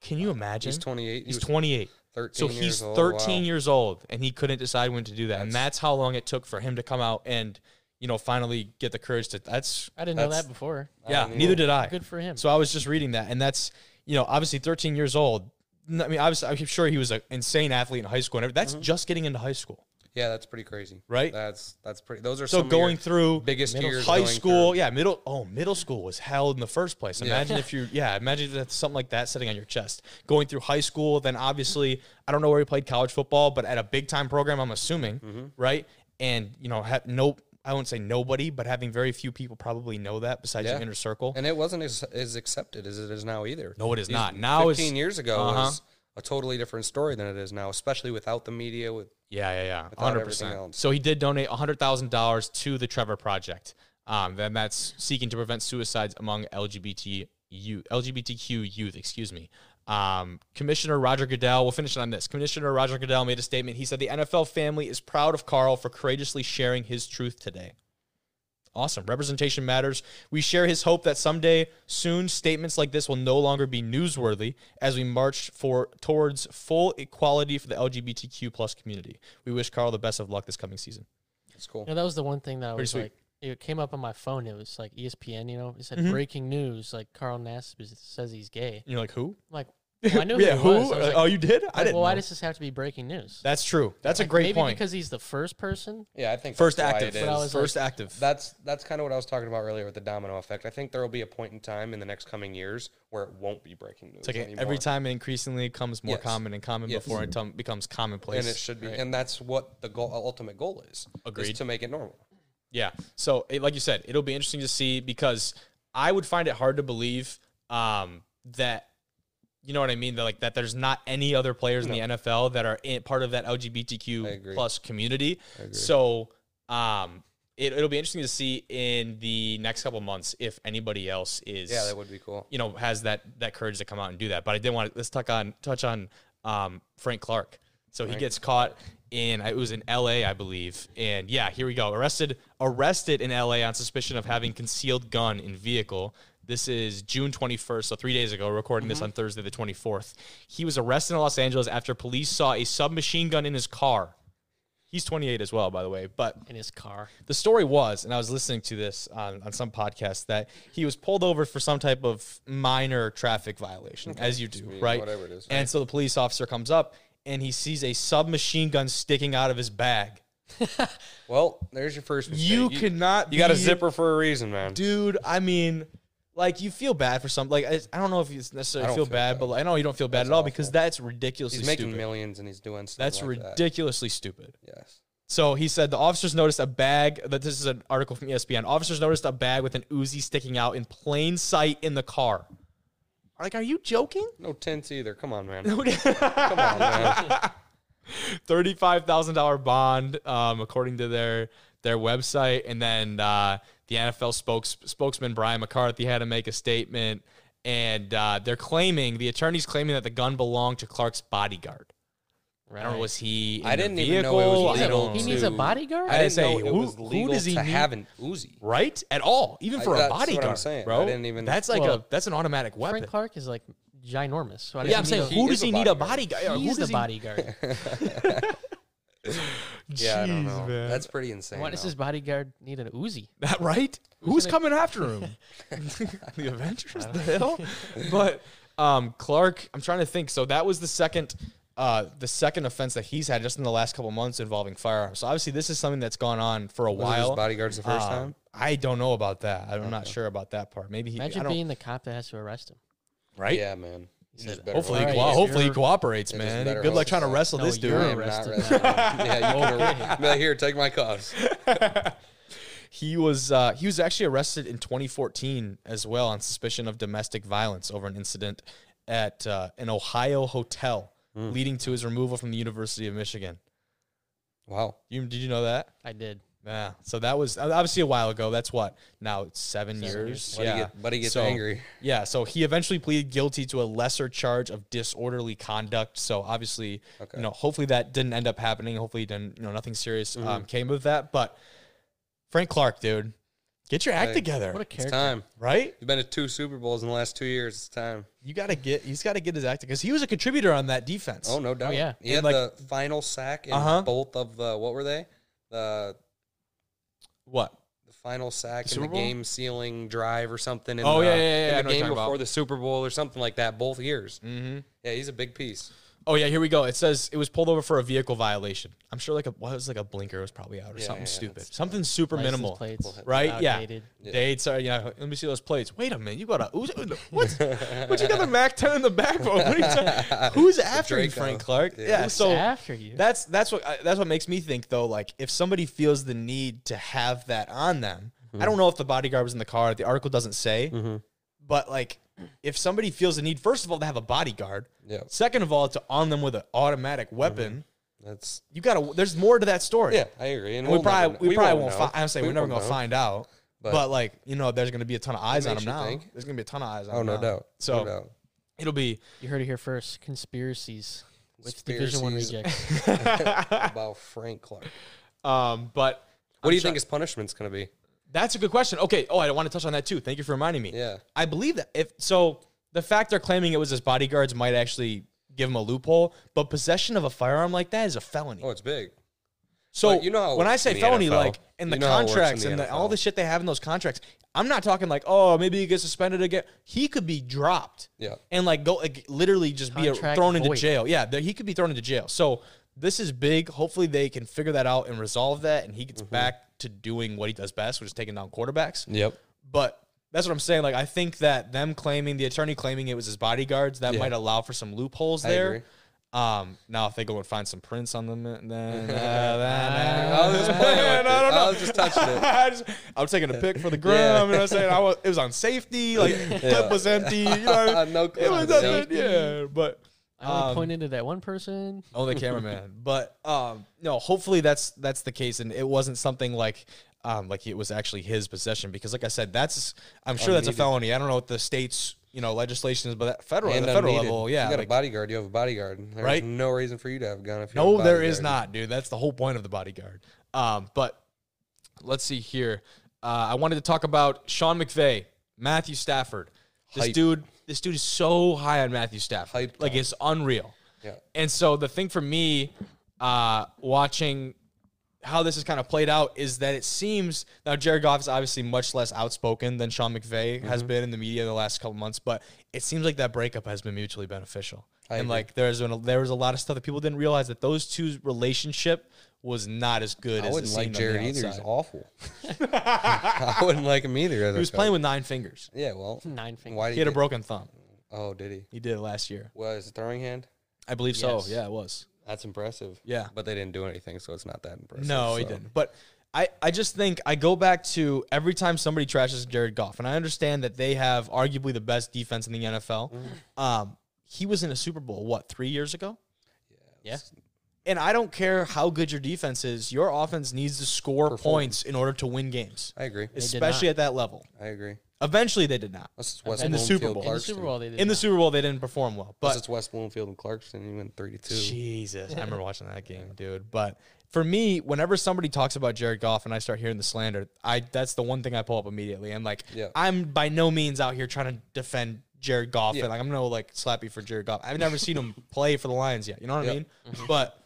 S1: Can you imagine?
S2: He's 28. He
S1: He's
S2: was
S1: 28.
S2: 13
S1: So
S2: years
S1: he's
S2: old.
S1: 13
S2: Wow.
S1: years old and he couldn't decide when to do that. and
S2: That's-
S1: that's how long it took for him to come out and, you know, finally get the courage to. That's,
S3: I didn't know
S2: That's-
S3: that before.
S1: yeah,
S2: don't know.
S1: neither did I.
S3: Good for him.
S1: So I was just reading that. And that's, you know, obviously 13 years old. N- I mean, obviously, I'm sure he was an insane athlete in high school. And everything.
S2: Mm-hmm.
S1: That's just getting into high school,
S2: Yeah, that's pretty crazy.
S1: right?
S2: That's that's pretty. Those are
S1: so
S2: some
S1: going
S2: of
S1: through
S2: biggest
S1: middle-
S2: years
S1: high
S2: going
S1: school,
S2: through.
S1: yeah, middle. Oh, middle school was hell in the first place.
S2: Yeah.
S1: Imagine if
S2: <laughs>
S1: you, yeah, imagine if that's something like that sitting on your chest. Going through high school, then obviously, I don't know where he played college football, but at a big time program, I'm assuming,
S2: Mm-hmm.
S1: right? And you know, have no, I wouldn't say nobody, but having very few people probably know that besides
S2: Yeah.
S1: your inner circle.
S2: and it wasn't as, as accepted as it is now either.
S1: no, it is
S2: These-
S1: not. Now it's
S2: 15 years ago
S1: Uh-huh.
S2: was a totally different story than it is now, especially without the media. With
S1: Yeah, yeah, yeah.
S2: without
S1: Hundred
S2: everything
S1: percent.
S2: else.
S1: So he did donate hundred thousand dollars to the Trevor Project. Um, then that's seeking to prevent suicides among LGBT youth, LGBTQ youth. Excuse me. Um, Commissioner Roger Goodell. We'll finish on this. Commissioner Roger Goodell made a statement. He said the NFL family is proud of Carl for courageously sharing his truth today. Awesome. Representation matters. We share his hope that someday, soon, statements like this will no longer be newsworthy as we march for towards full equality for the LGBTQ plus community. We wish Carl the best of luck this coming season.
S2: it's cool.
S3: You know, that was the one thing that I
S1: Pretty
S3: was
S1: sweet.
S3: like, it came up on my phone. It was like E ESPN, you know, it
S1: Mm-hmm.
S3: said breaking news, like Carl Nass is- says he's gay.
S1: And you're like, who? <laughs>
S3: I'm like, well, I knew
S1: yeah,
S3: he
S1: who?
S3: was. I was like,
S1: oh, you did? I
S3: like,
S1: didn't.
S3: well, why
S1: know.
S3: does this have to be breaking news?
S1: That's true. That's a great
S3: Maybe
S1: point.
S3: because he's the first person.
S2: Yeah, I think
S1: First
S2: that's why
S1: active.
S2: it
S3: But I
S2: is.
S3: was
S1: First active.
S2: That's that's kind of what I was talking about earlier with the domino effect. I think there will be a point in time in the next coming years where it won't be breaking news
S1: it's like
S2: anymore.
S1: every time it increasingly becomes more
S2: Yes.
S1: common and common
S2: Yes.
S1: before it tum- becomes commonplace.
S2: and it should be, and that's what the goal, ultimate goal is.
S1: Agreed.
S2: Is to make it normal.
S1: Yeah. So, it, like you said, it'll be interesting to see because I would find it hard to believe um, that you know what I mean. That like that there's not any other players in the NFL that are in, part of that
S2: I
S1: LGBTQ
S2: agree.
S1: plus community. So, um, it, it'll be interesting to see in the next couple months if anybody else is
S2: Yeah, that would be cool.
S1: you know has that that courage to come out and do that. But I did want to let's touch on touch on um, Frank Clark. So he gets caught in it was in L.A. I believe, and yeah, here we go. Arrested arrested in L.A. on suspicion of having concealed gun in vehicle. This is June 21st, so three days ago, recording this on Thursday, the 24th. He was arrested in Los Angeles after police saw a submachine gun in his car. He's 28 as well, by the way, but
S3: In his car.
S1: the story was, and I was listening to this on, on some podcast, that he was pulled over for some type of minor traffic violation, as you do, right?
S2: whatever it is,
S1: And so the police officer comes up and he sees a submachine gun sticking out of his bag.
S2: Well, there's your first. Mistake.
S1: You, cannot.
S2: You got a
S1: be-
S2: zipper for a reason, man.
S1: dude. I mean, like you feel bad for some. Like I, I don't know if you necessarily
S2: I
S1: feel,
S2: don't feel
S1: bad,
S2: bad.
S1: but like, I know you don't feel bad at all because that's ridiculously
S2: He's making
S1: stupid.
S2: millions and he's doing stuff.
S1: That's
S2: like that.
S1: ridiculously stupid.
S2: Yes.
S1: So he said the officers noticed a bag. That this is an article from E ESPN. Officers noticed a bag with an Uzi sticking out in plain sight in the car. Like, are you joking?
S2: No tents either. Come on,
S1: <laughs>
S2: man. Come on, man.
S1: Thirty-five thousand dollar bond, um, according to their their website. And then uh, the NFL spokes, spokesman Brian McCarthy had to make a statement, and uh, they're claiming the attorneys claiming that the gun belonged to Clark's bodyguard.
S3: Right.
S1: I don't know, was he? <laughs> In
S2: I
S1: the
S2: didn't even
S1: vehicle?
S2: know it was
S1: I don't
S2: legal.
S3: He
S1: know.
S3: needs a
S2: to-
S3: bodyguard?
S2: I
S1: didn't
S2: didn't know
S1: say,
S2: it
S1: who-
S2: was
S1: who
S2: legal
S1: does he
S2: to
S1: need-
S2: have an Uzi.
S1: right at all, even for a
S2: that's what I'm
S1: bodyguard,
S2: saying. I
S1: bro.
S2: didn't even-
S1: That's like
S3: Well-
S1: a that's an automatic weapon.
S3: Frank Clark is like ginormous. So I
S1: yeah, I'm
S3: just need
S1: saying
S2: he
S1: who
S2: is
S1: does
S2: a
S1: he need a bodyguard?
S2: bodyguard.
S3: a-
S1: Yeah, who
S3: he's the
S1: does he-
S3: bodyguard.
S2: Yeah, I don't
S1: Jeez,
S2: know.
S1: man.
S2: That's pretty insane.
S3: Why does
S2: though.
S3: his bodyguard need an Uzi?
S1: That <laughs> right? Who's
S3: in it?
S1: coming
S3: <laughs>
S1: after him? <laughs> the Avengers, the hell? But um, Clark, I'm trying to think. So that was the second, uh, the second offense that he's had just in the last couple months involving firearms. So obviously, this is something that's gone on for a
S2: Was it his
S1: while.
S2: bodyguards the first
S1: Um,
S2: time?
S1: I don't know about that. I'm not sure about that part. Maybe he. I
S3: Imagine
S1: don't,
S3: being the cop that has to arrest him.
S1: right.
S2: Yeah, man. You just better
S1: Hopefully, he
S2: hope.
S3: Alright,
S1: co-
S3: yeah,
S1: hopefully he
S3: you're-
S1: cooperates,
S2: just
S1: man.
S2: better
S1: Good luck
S2: hope
S1: trying to
S2: so.
S1: wrestle
S3: No,
S1: this dude.
S3: you're
S2: I am not
S3: arrested
S2: arresting him. <laughs> yeah, you can arre- Here, take my cuffs.
S1: He was uh, he was actually arrested in 2014 as well on suspicion of domestic violence over an incident at uh, an Ohio hotel, leading to his removal from the University of Michigan.
S2: Wow.
S1: You did you know that?
S3: I did.
S1: Yeah. So that was uh, obviously a while ago. That's what now it's seven, years.
S2: Buddy,
S1: yeah.
S2: get, buddy gets
S1: So-
S2: angry.
S1: Yeah. So he eventually pleaded guilty to a lesser charge of disorderly conduct. So obviously, you know, hopefully that didn't end up happening. Hopefully, it didn't you know nothing serious um, came of that. But Frank Clark, dude, Get your act
S2: Hey,
S1: together,
S3: What a
S2: It's
S3: character.
S2: time.
S1: right?
S2: You've been to two Super Bowls in the last two years. It's time.
S1: You got to get. He's got to get his act because he was a contributor on that defense.
S2: Oh no doubt.
S3: yeah.
S2: He had
S1: And, like-
S2: the final sack in
S1: Uh-huh.
S2: both of the what were they? The
S1: What?
S2: the final sack in
S1: Super
S2: the
S1: Bowl?
S2: game sealing drive or something. In
S1: Oh,
S2: the, uh,
S1: yeah, yeah, yeah, yeah, I know
S2: In the
S1: what you're
S2: game
S1: talking about.
S2: before the Super Bowl or something like that. Both years. Mm-hmm. Yeah, he's a
S1: <laughs>
S2: big piece. <laughs>
S1: Oh yeah, here we go. It says it was pulled over for a vehicle violation. I'm sure like a what was it, like a blinker was probably out or something
S2: yeah,
S1: stupid, something super
S3: License
S1: minimal,
S3: plates,
S1: right?
S3: outdated.
S1: Yeah, dates are yeah. Let me see those plates. Wait a minute, you got a who's,
S2: <laughs>
S1: what's what you got the Mac 10 in the back for? What are you
S2: <laughs>
S1: talking- who's after you,
S2: Draco.
S1: Frank Clark? Yeah,
S2: Yeah.
S3: Who's
S1: so
S3: after you?
S1: that's that's what I- that's what makes me think though. Like if somebody feels the need to have that on them, I
S2: Mm-hmm.
S1: don't know if the bodyguard was in the car. The article doesn't say, but like if somebody feels the need, first of all, to have a bodyguard.
S2: Yeah.
S1: Second of all, to arm them with an automatic weapon.
S2: That's
S1: You gotta. There's more to that story.
S2: Mm-hmm. yeah, I agree. And
S1: we
S2: we'll
S1: probably
S2: never know-
S1: we, probably won't.
S2: know.
S1: fi- I'm saying
S2: We
S1: we're never
S2: won't
S1: gonna
S2: know.
S1: find out. But,
S2: But-
S1: like you know, there's gonna be a ton of eyes on him
S2: makes you
S1: now.
S2: think.
S1: There's gonna be a ton of eyes on
S2: Oh
S1: him.
S2: no
S1: now.
S2: doubt.
S1: So
S2: no doubt.
S1: <laughs> it'll be
S3: You heard it here first. Conspiracies with Division One
S2: Conspiracies.
S3: rejects.
S2: about Frank Clark.
S1: um. But
S2: What do you think his punishment's gonna be?
S1: That's a good question. Okay. Oh, I want to touch on that too. Thank you for reminding me.
S2: Yeah.
S1: I believe that if so, the fact they're claiming it was his bodyguards might actually give him a loophole, but possession of a firearm like that is a felony.
S2: Oh, it's big.
S1: so
S2: but you know how it
S1: when I
S2: works
S1: say
S2: in the
S1: felony,
S2: NFL.
S1: like in the
S2: You know how it works in
S1: contracts
S2: the
S1: and the,
S2: NFL.
S1: all the shit they have in those contracts, I'm not talking like oh maybe he gets suspended again. He could be dropped.
S2: Yeah.
S1: And like go like, literally just be a,
S3: Contract
S1: thrown into
S3: void.
S1: jail. Yeah. th- he could be thrown into jail. So this is big. Hopefully they can figure that out and resolve that, and he gets
S2: Mm-hmm.
S1: back to doing what he does best, which is taking down quarterbacks.
S2: Yep.
S1: But that's what I'm saying. Like I think that them claiming the attorney claiming it was his bodyguards that might allow for some loopholes there.
S2: agree.
S1: Um, now if they go and find some prints on them, then <laughs>
S2: <laughs>
S1: then- then-
S2: I was just playing with
S1: <laughs>
S2: it.
S1: I don't know.
S2: I was just touching
S1: <laughs>
S2: it.
S1: I just, I'm taking a pic for the gram. You know what I'm saying? I was, it was on safety.
S2: <laughs>
S1: Like clip was empty. You know what I mean?
S2: No
S1: It
S2: clip
S1: was
S2: was
S1: nothing. Yeah, but
S3: I only pointed to that one person.
S1: only cameraman. <laughs> But um, no, hopefully that's that's the case, and it wasn't something like um, like it was actually his possession because, like I said, that's I'm sure that's a
S2: Unneeded.
S1: felony. I don't know what the states you know legislation is, but that federal
S2: And
S1: the federal
S2: unneeded.
S1: level, yeah,
S2: You got
S1: like,
S2: a bodyguard. You have a bodyguard. There's
S1: Right?
S2: no reason for you to have a gun if you
S1: no,
S2: have a
S1: there is
S2: bodyguard.
S1: not, dude. That's the whole point of the bodyguard. Um, but let's see here. Uh, I wanted to talk about Sean McVay, Matthew Stafford. This
S2: Hype.
S1: dude, this dude is so high on Matthew Stafford,
S2: Hyped
S1: like
S2: up.
S1: it's unreal.
S2: Yeah.
S1: And so the thing for me, uh, watching how this has kind of played out is that it seems now Jared Goff is obviously much less outspoken than Sean McVay has
S2: Mm-hmm.
S1: been in the media in the last couple months, but it seems like that breakup has been mutually beneficial. and
S2: agree.
S1: like there's been a, there was a lot of stuff that people didn't realize that those two's relationship was not as good
S2: I
S1: as
S2: wouldn't
S1: it
S2: like
S1: seemed on the
S2: Jared either. He's
S1: outside.
S2: awful.
S1: <laughs>
S2: <laughs> I wouldn't like him either.
S1: He was playing with nine fingers.
S2: Yeah, well,
S3: Nine fingers.
S2: Why did
S1: He had a broken thumb.
S2: Oh, did he?
S1: He did it last year.
S2: Was it throwing hand?
S1: I believe
S3: Yes.
S1: so. Yeah, it was.
S2: That's impressive.
S1: Yeah.
S2: but they didn't do anything, so it's not that impressive.
S1: No, he
S2: so.
S1: didn't. But I, I just think I go back to every time somebody trashes Jared Goff, and I understand that they have arguably the best defense in the NFL.
S3: Mm.
S1: Um, he was in a Super Bowl, what, three years ago?
S3: Yeah.
S1: And I don't care how good your defense is, your offense needs to score points in order to win games,
S2: I agree.
S3: did
S1: especially at that level.
S2: I agree.
S1: Eventually, they did not.
S2: Unless it's West
S1: In the
S2: Bloomfield
S1: Super Bowl. In
S2: and
S3: In the
S2: Clarkston.
S3: Super Bowl, they did.
S1: In the
S3: not.
S1: Super Bowl, they didn't perform well. But
S2: Unless it's West Bloomfield and Clarkston. You went thirty-two.
S1: Jesus, I remember watching that game, dude. But for me, whenever somebody talks about Jared Goff and I start hearing the slander, I that's the one thing I pull up immediately. I'm like,
S2: Yeah.
S1: I'm by no means out here trying to defend Jared Goff,
S2: Yeah.
S1: and like, I'm no like slappy for Jared Goff. I've never seen
S2: <laughs>
S1: him play for the Lions yet. You know what I
S2: Yeah. Mm-hmm.
S1: mean? But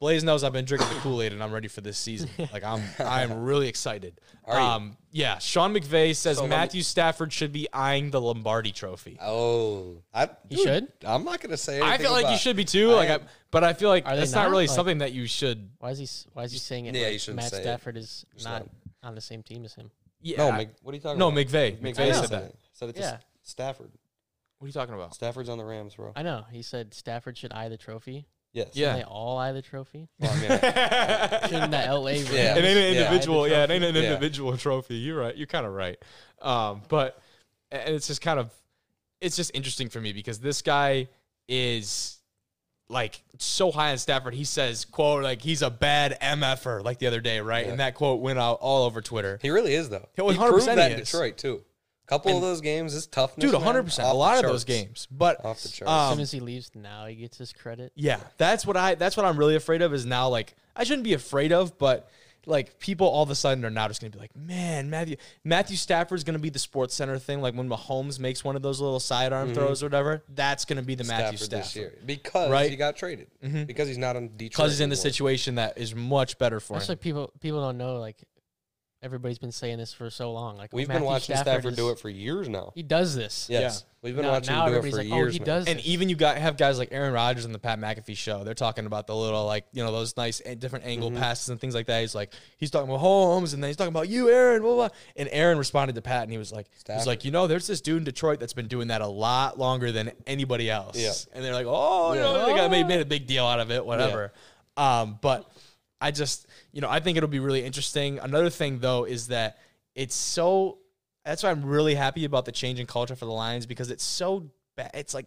S1: Blaze knows I've been drinking the Kool Aid and I'm ready for this
S2: <laughs>
S1: season. Like I'm, I'm really excited.
S2: you?
S1: Um, yeah. Sean McVay says
S2: So um, let me-
S1: Matthew Stafford should be eyeing the Lombardi Trophy.
S2: Oh, I,
S3: He
S2: dude,
S3: should?
S2: I'm not gonna say.
S1: I
S2: anything
S1: feel like you
S2: about-
S1: should be too. like, I, but I feel like
S3: Are they
S1: that's not,
S3: not?
S1: really
S3: Like-
S1: something that you should.
S3: Why is he? s- Why is he saying it?
S2: Yeah,
S3: like
S2: you shouldn't
S3: Matt
S2: say it.
S3: Stafford is not
S2: not.
S3: on the same team as him.
S1: Yeah.
S2: No,
S1: I-
S2: Mc, what are you talking
S1: no,
S2: about?
S1: McVay. McVay
S3: said
S2: it.
S1: that.
S2: Said it to
S3: Yeah.
S2: S- Stafford.
S1: what are you talking about?
S2: Stafford's on the Rams, bro.
S3: I know. He said Stafford should eye the trophy.
S2: Yes.
S1: Yeah. <laughs>
S3: They all eye the trophy.
S2: Well, I mean, I-
S3: Shouldn't the LA Rams?
S2: Yeah.
S1: It ain't an
S2: Yeah.
S1: individual. Yeah, it ain't an
S2: Yeah.
S1: individual trophy. You're right. You're kind of right. Um, but and it's just kind of it's just interesting for me because this guy is like so high on Stafford. He says, "quote like he's a bad mf'er." Like the other day, right? And that quote went out all over Twitter.
S2: he really is though.
S1: He
S2: He,
S1: was 100%
S2: proved that
S1: he
S2: in
S1: is.
S2: Detroit too. Couple of those games, his toughness,
S1: Dude,
S2: man,
S1: 100. percent
S2: off
S1: A
S2: the
S1: lot of those
S2: charts.
S1: games, but
S2: Off the charts.
S3: As
S1: um,
S3: soon as he leaves, now he gets his credit.
S1: Yeah, that's what I that's what I'm really afraid of is now like I shouldn't be afraid of, but like people all of a sudden are now just going to be like, man, Matthew Matthew Stafford's going to be the Sports Center thing. Like when Mahomes makes one of those little sidearm throws or whatever, that's going to be the Matthew
S2: Mm-hmm. Stafford this
S1: Stafford
S2: year because
S1: Right. Mm-hmm.
S2: he got traded because he's not on Detroit
S1: because he's in the
S2: anymore.
S1: situation that is much better for
S3: That's
S1: him.
S3: like people people don't know. Like everybody's been saying this for so long. Like
S2: We've
S3: Matthew
S2: been watching
S3: Stafford,
S2: Stafford, do
S3: is-
S2: it for years now.
S3: He does this.
S2: Yes,
S1: Yeah.
S2: we've been
S3: now,
S2: watching
S3: now
S2: him do it
S3: everybody's
S2: for
S3: like,
S2: years.
S3: oh, he
S2: now.
S3: does.
S1: And
S3: this.
S1: even you got have guys like Aaron Rodgers and the Pat McAfee show. They're talking about the little like you know those nice a- different angle
S2: Mm-hmm.
S1: passes and things like that. He's like he's talking about Holmes and then he's talking about you, Aaron. Blah blah. And Aaron responded to Pat and he was like he's
S2: Stafford.
S1: like you know there's this dude in Detroit that's been doing that a lot longer than anybody else.
S2: Yeah.
S1: And they're like oh you know,
S2: Yeah.
S1: they got made, made a big deal out of it whatever. Um, but I just you know I think it'll be really interesting. Another thing though is that it's so that's why I'm really happy about the change in culture for the Lions because it's so bad. It's like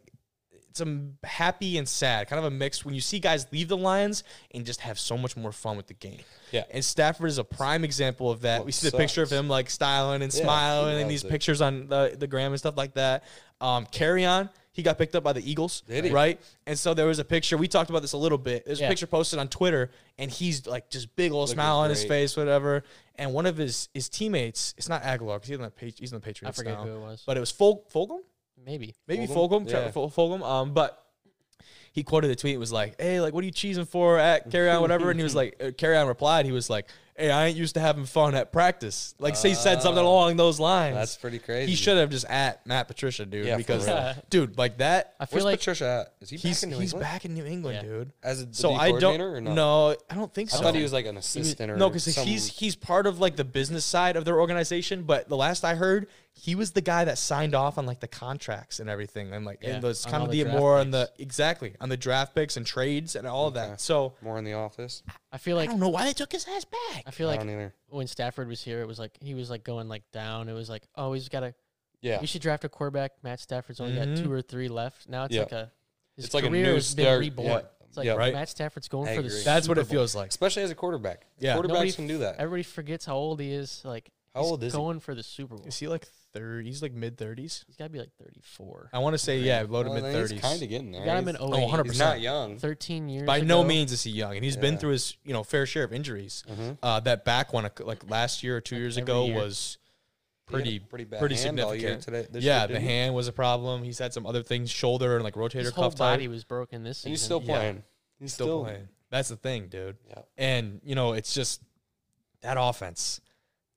S1: it's a m- happy and sad kind of a mix when you see guys leave the Lions and just have so much more fun with the game.
S2: Yeah.
S1: and Stafford is a prime example of that.
S2: What
S1: we see the picture of
S2: sucks.
S1: him like styling and
S2: Yeah, he
S1: smiling and
S2: loves
S1: these
S2: it.
S1: pictures on the the gram and stuff like that. Um, carry on. He got picked up by the Eagles,
S2: Did he?
S1: right? And so there was a picture. We talked about this a little bit. There's a
S3: Yeah.
S1: picture posted on Twitter, and he's like just big old smile on his
S2: great.
S1: face, whatever. And one of his his teammates, it's not Aguilar because he's on the Patri- he's on the Patriots.
S3: forget
S1: now.
S3: who it was.
S1: but it was Fol- Fulgham
S3: Maybe.
S1: maybe Fulgham,
S2: Fulgham?
S1: Tra-
S2: Yeah.
S1: Ful- Fulgham. Um, but he quoted the tweet. It was like, "Hey, like, what are you cheesing for at carry on, whatever?" And he
S2: <laughs>
S1: was like, uh, "Carry on." Replied, he was like, "Hey, I ain't used to having fun at practice." Like, so he said something along those lines.
S2: Uh, That's pretty crazy.
S1: He should have just at Matt Patricia, dude,
S2: Yeah, for
S1: because
S3: real.
S1: dude, like that,
S3: I feel
S2: Where's
S3: like
S2: Patricia at? Is he back
S1: he's
S2: in New
S1: he's
S2: England?
S1: back in New England,
S3: Yeah.
S1: dude.
S2: as a DB
S1: So I don't
S2: coordinator or no?
S1: no, I don't think
S2: I
S1: so.
S2: thought he was like an assistant or
S1: no, because
S2: some-
S1: he's he's part of like the business side of their organization. But the last I heard, he was the guy that signed off on like the contracts and everything, and like
S3: Yeah,
S1: and those
S3: on
S1: kind
S3: all
S1: of
S3: the
S1: the
S3: draft
S1: more on
S3: picks.
S1: the exactly on the draft picks and trades and all of
S2: Okay.
S1: that. So
S2: more in the office.
S3: I feel like
S1: I don't know why they took his ass
S3: I
S1: back.
S3: feel
S2: I
S3: like
S2: don't either.
S3: when Stafford was here, it was like he was like going like down. It was like, oh, he's got a.
S2: Yeah,
S3: We should draft a quarterback. Matt Stafford's only
S1: Mhm.
S3: got two or three left. Now it's
S2: Yeah.
S3: like a. His
S2: It's like a
S3: career
S2: new
S3: has been
S2: start,
S3: reborn.
S2: yeah.
S3: It's like
S2: Yeah.
S1: Right.
S3: Matt Stafford's going
S2: I
S3: for the.
S2: agree.
S3: Super
S1: That's what it
S3: Bowl.
S1: feels like.
S2: especially as a quarterback.
S1: Yeah.
S2: quarterbacks
S3: Nobody-
S2: can do that.
S3: Everybody forgets how old he is. Like
S2: How
S3: he's
S2: old is he?
S3: going for the Super Bowl?
S1: Is he like thirty? He's like mid thirties.
S3: He's got to be like 34.
S1: I want to say yeah, low to
S2: Well,
S1: mid
S2: then he's
S1: thirties.
S2: kind of getting there.
S3: You got him in
S2: He's-
S3: 08.
S1: 100%.
S2: He's not young.
S3: 13 years.
S1: By no
S3: ago.
S1: means is he young, and he's been
S2: Yeah.
S1: through his you know fair share of injuries. Uh, that back one, like last year or two years
S3: every
S1: ago,
S3: year.
S1: was
S2: He had a
S1: pretty
S2: pretty bad
S1: pretty
S2: hand all year
S1: significant.
S2: today- this
S1: yeah,
S2: year,
S1: the
S2: didn't he?
S1: hand was a problem. He's had some other things, shoulder and like rotator
S3: His whole
S1: cuff
S3: body
S1: type.
S3: was broken this season.
S2: And he's still
S1: Yeah.
S2: playing. He's
S1: Still, playing. That's the thing, dude.
S2: Yeah.
S1: And you know, it's just that offense.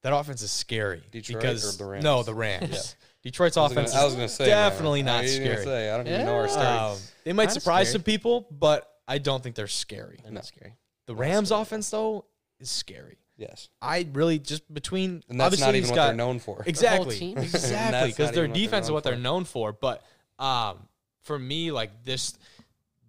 S1: That offense is scary.
S2: Detroit
S1: because
S2: or the Rams?
S1: no, the Rams. Detroit's
S2: I was gonna-
S1: offense
S2: I was
S1: is
S2: gonna say
S1: definitely
S2: man. I
S1: not
S2: was gonna
S1: scary.
S2: say, I don't even know our
S3: Yeah.
S2: starting.
S1: Um, they might
S3: Kinda
S1: surprise
S3: scary.
S1: some people, but I don't think they're scary.
S3: They're
S2: No.
S3: not scary.
S1: The Rams offense though is scary.
S2: Yes,
S1: I really just between
S2: and that's
S1: obviously
S2: not
S1: he's
S2: even what
S1: got,
S2: they're known <laughs> for.
S1: Exactly.
S3: team. And that's
S1: Exactly. Because
S2: not
S1: their
S2: even what they're
S1: defense is
S2: known
S1: what they're
S2: for.
S1: known for. But um, for me, like this,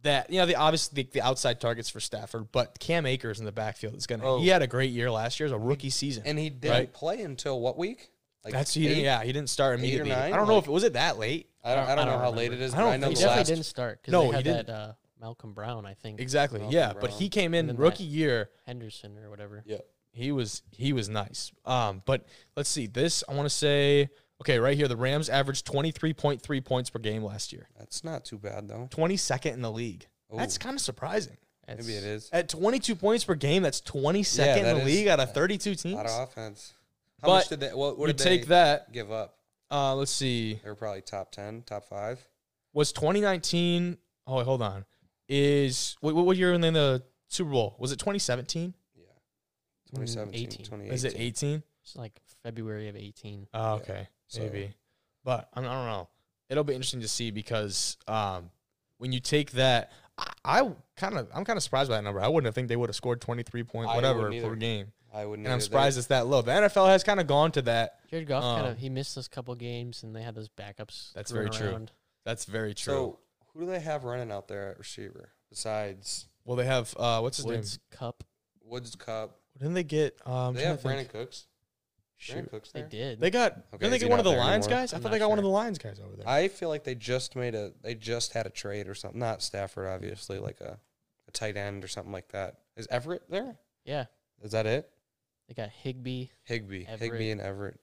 S1: that you know, the obviously the, the outside targets for Stafford, but Cam Akers in the backfield is gonna.
S2: Oh.
S1: He had a great year last year as a rookie season.
S2: And he didn't
S1: Right.
S2: play until what week? Like
S1: that's he didn't,
S2: eight?
S1: yeah, he didn't start immediately.
S2: nine,
S1: I don't know
S2: like-
S1: if it was it that late.
S2: I don't, I don't, know how late it
S3: remember.
S2: is.
S1: I
S2: but
S1: don't
S2: I know
S1: think
S2: the
S3: He
S1: so.
S3: definitely
S2: last
S3: didn't start because
S1: No,
S3: they
S1: he
S3: had
S1: didn't.
S3: that uh, Malcolm Brown, I think.
S1: Exactly.
S2: Malcolm
S1: yeah, but
S2: Brown.
S1: he came in
S3: And then
S1: rookie
S3: that.
S1: year.
S3: Henderson or whatever.
S2: Yeah.
S1: He was he was nice. Um, but let's see. This I want to say. Okay, right here, the Rams averaged twenty three point three points per game last year.
S2: That's not too bad though.
S1: Twenty second in the league. That's
S2: Ooh.
S1: kind of surprising.
S3: That's-
S2: Maybe it is.
S1: At 22 points per game, that's 22nd
S2: Yeah,
S1: in
S2: that
S1: the
S2: is-
S1: league out of 32
S2: A
S1: teams.
S2: lot of offense. How
S1: But
S2: much did they? What, what
S1: you
S2: did
S1: take
S2: they
S1: that.
S2: give up?
S1: Uh, let's see.
S2: They were probably top ten, top five.
S1: Was 2019? Oh, wait, hold on. Is what, what year were they in the Super Bowl? Was it 2017?
S2: Yeah, 2017,
S3: 18.
S2: 2018.
S1: Mm, Is it 18?
S3: It's like February of 18.
S1: Oh, okay,
S2: so-
S1: maybe. But I, mean, I don't know. It'll be interesting to see because um, when you take that, I, I kind of I'm kind of surprised by that number. I wouldn't have think they would have scored 23 point
S2: I
S1: whatever
S2: wouldn't
S1: per
S2: either.
S1: game,
S2: I wouldn't.
S1: and I'm surprised it's that low. The NFL has kind of gone to that.
S3: Jared Goff kind
S1: Um,
S3: of he missed those couple games and they had those backups.
S1: That's
S3: screwing
S1: very true.
S3: around.
S1: That's very true.
S2: So who do they have running out there at receiver besides
S1: well, they have uh, what's his name?
S3: Woods Cup
S2: Woods Cup?
S1: Didn't they get? Um,
S2: they have Brandon Cooks. Brandon Cooks
S3: they
S2: there.
S3: did.
S1: They got.
S2: Okay,
S1: didn't they
S2: is he
S1: get one of
S2: not
S1: the
S2: there
S1: Lions
S2: anymore?
S1: guys? I
S3: I'm
S1: thought
S3: not
S1: they got one of the
S3: sure.
S1: Lions guys over there.
S2: I feel like they just made a. They just had a trade or something. Not Stafford, obviously, like a, a tight end or something like that. Is Everett there?
S3: yeah,
S2: Is that it?
S3: they got Higby.
S2: Higby,
S3: Everett.
S2: Higby, and Everett.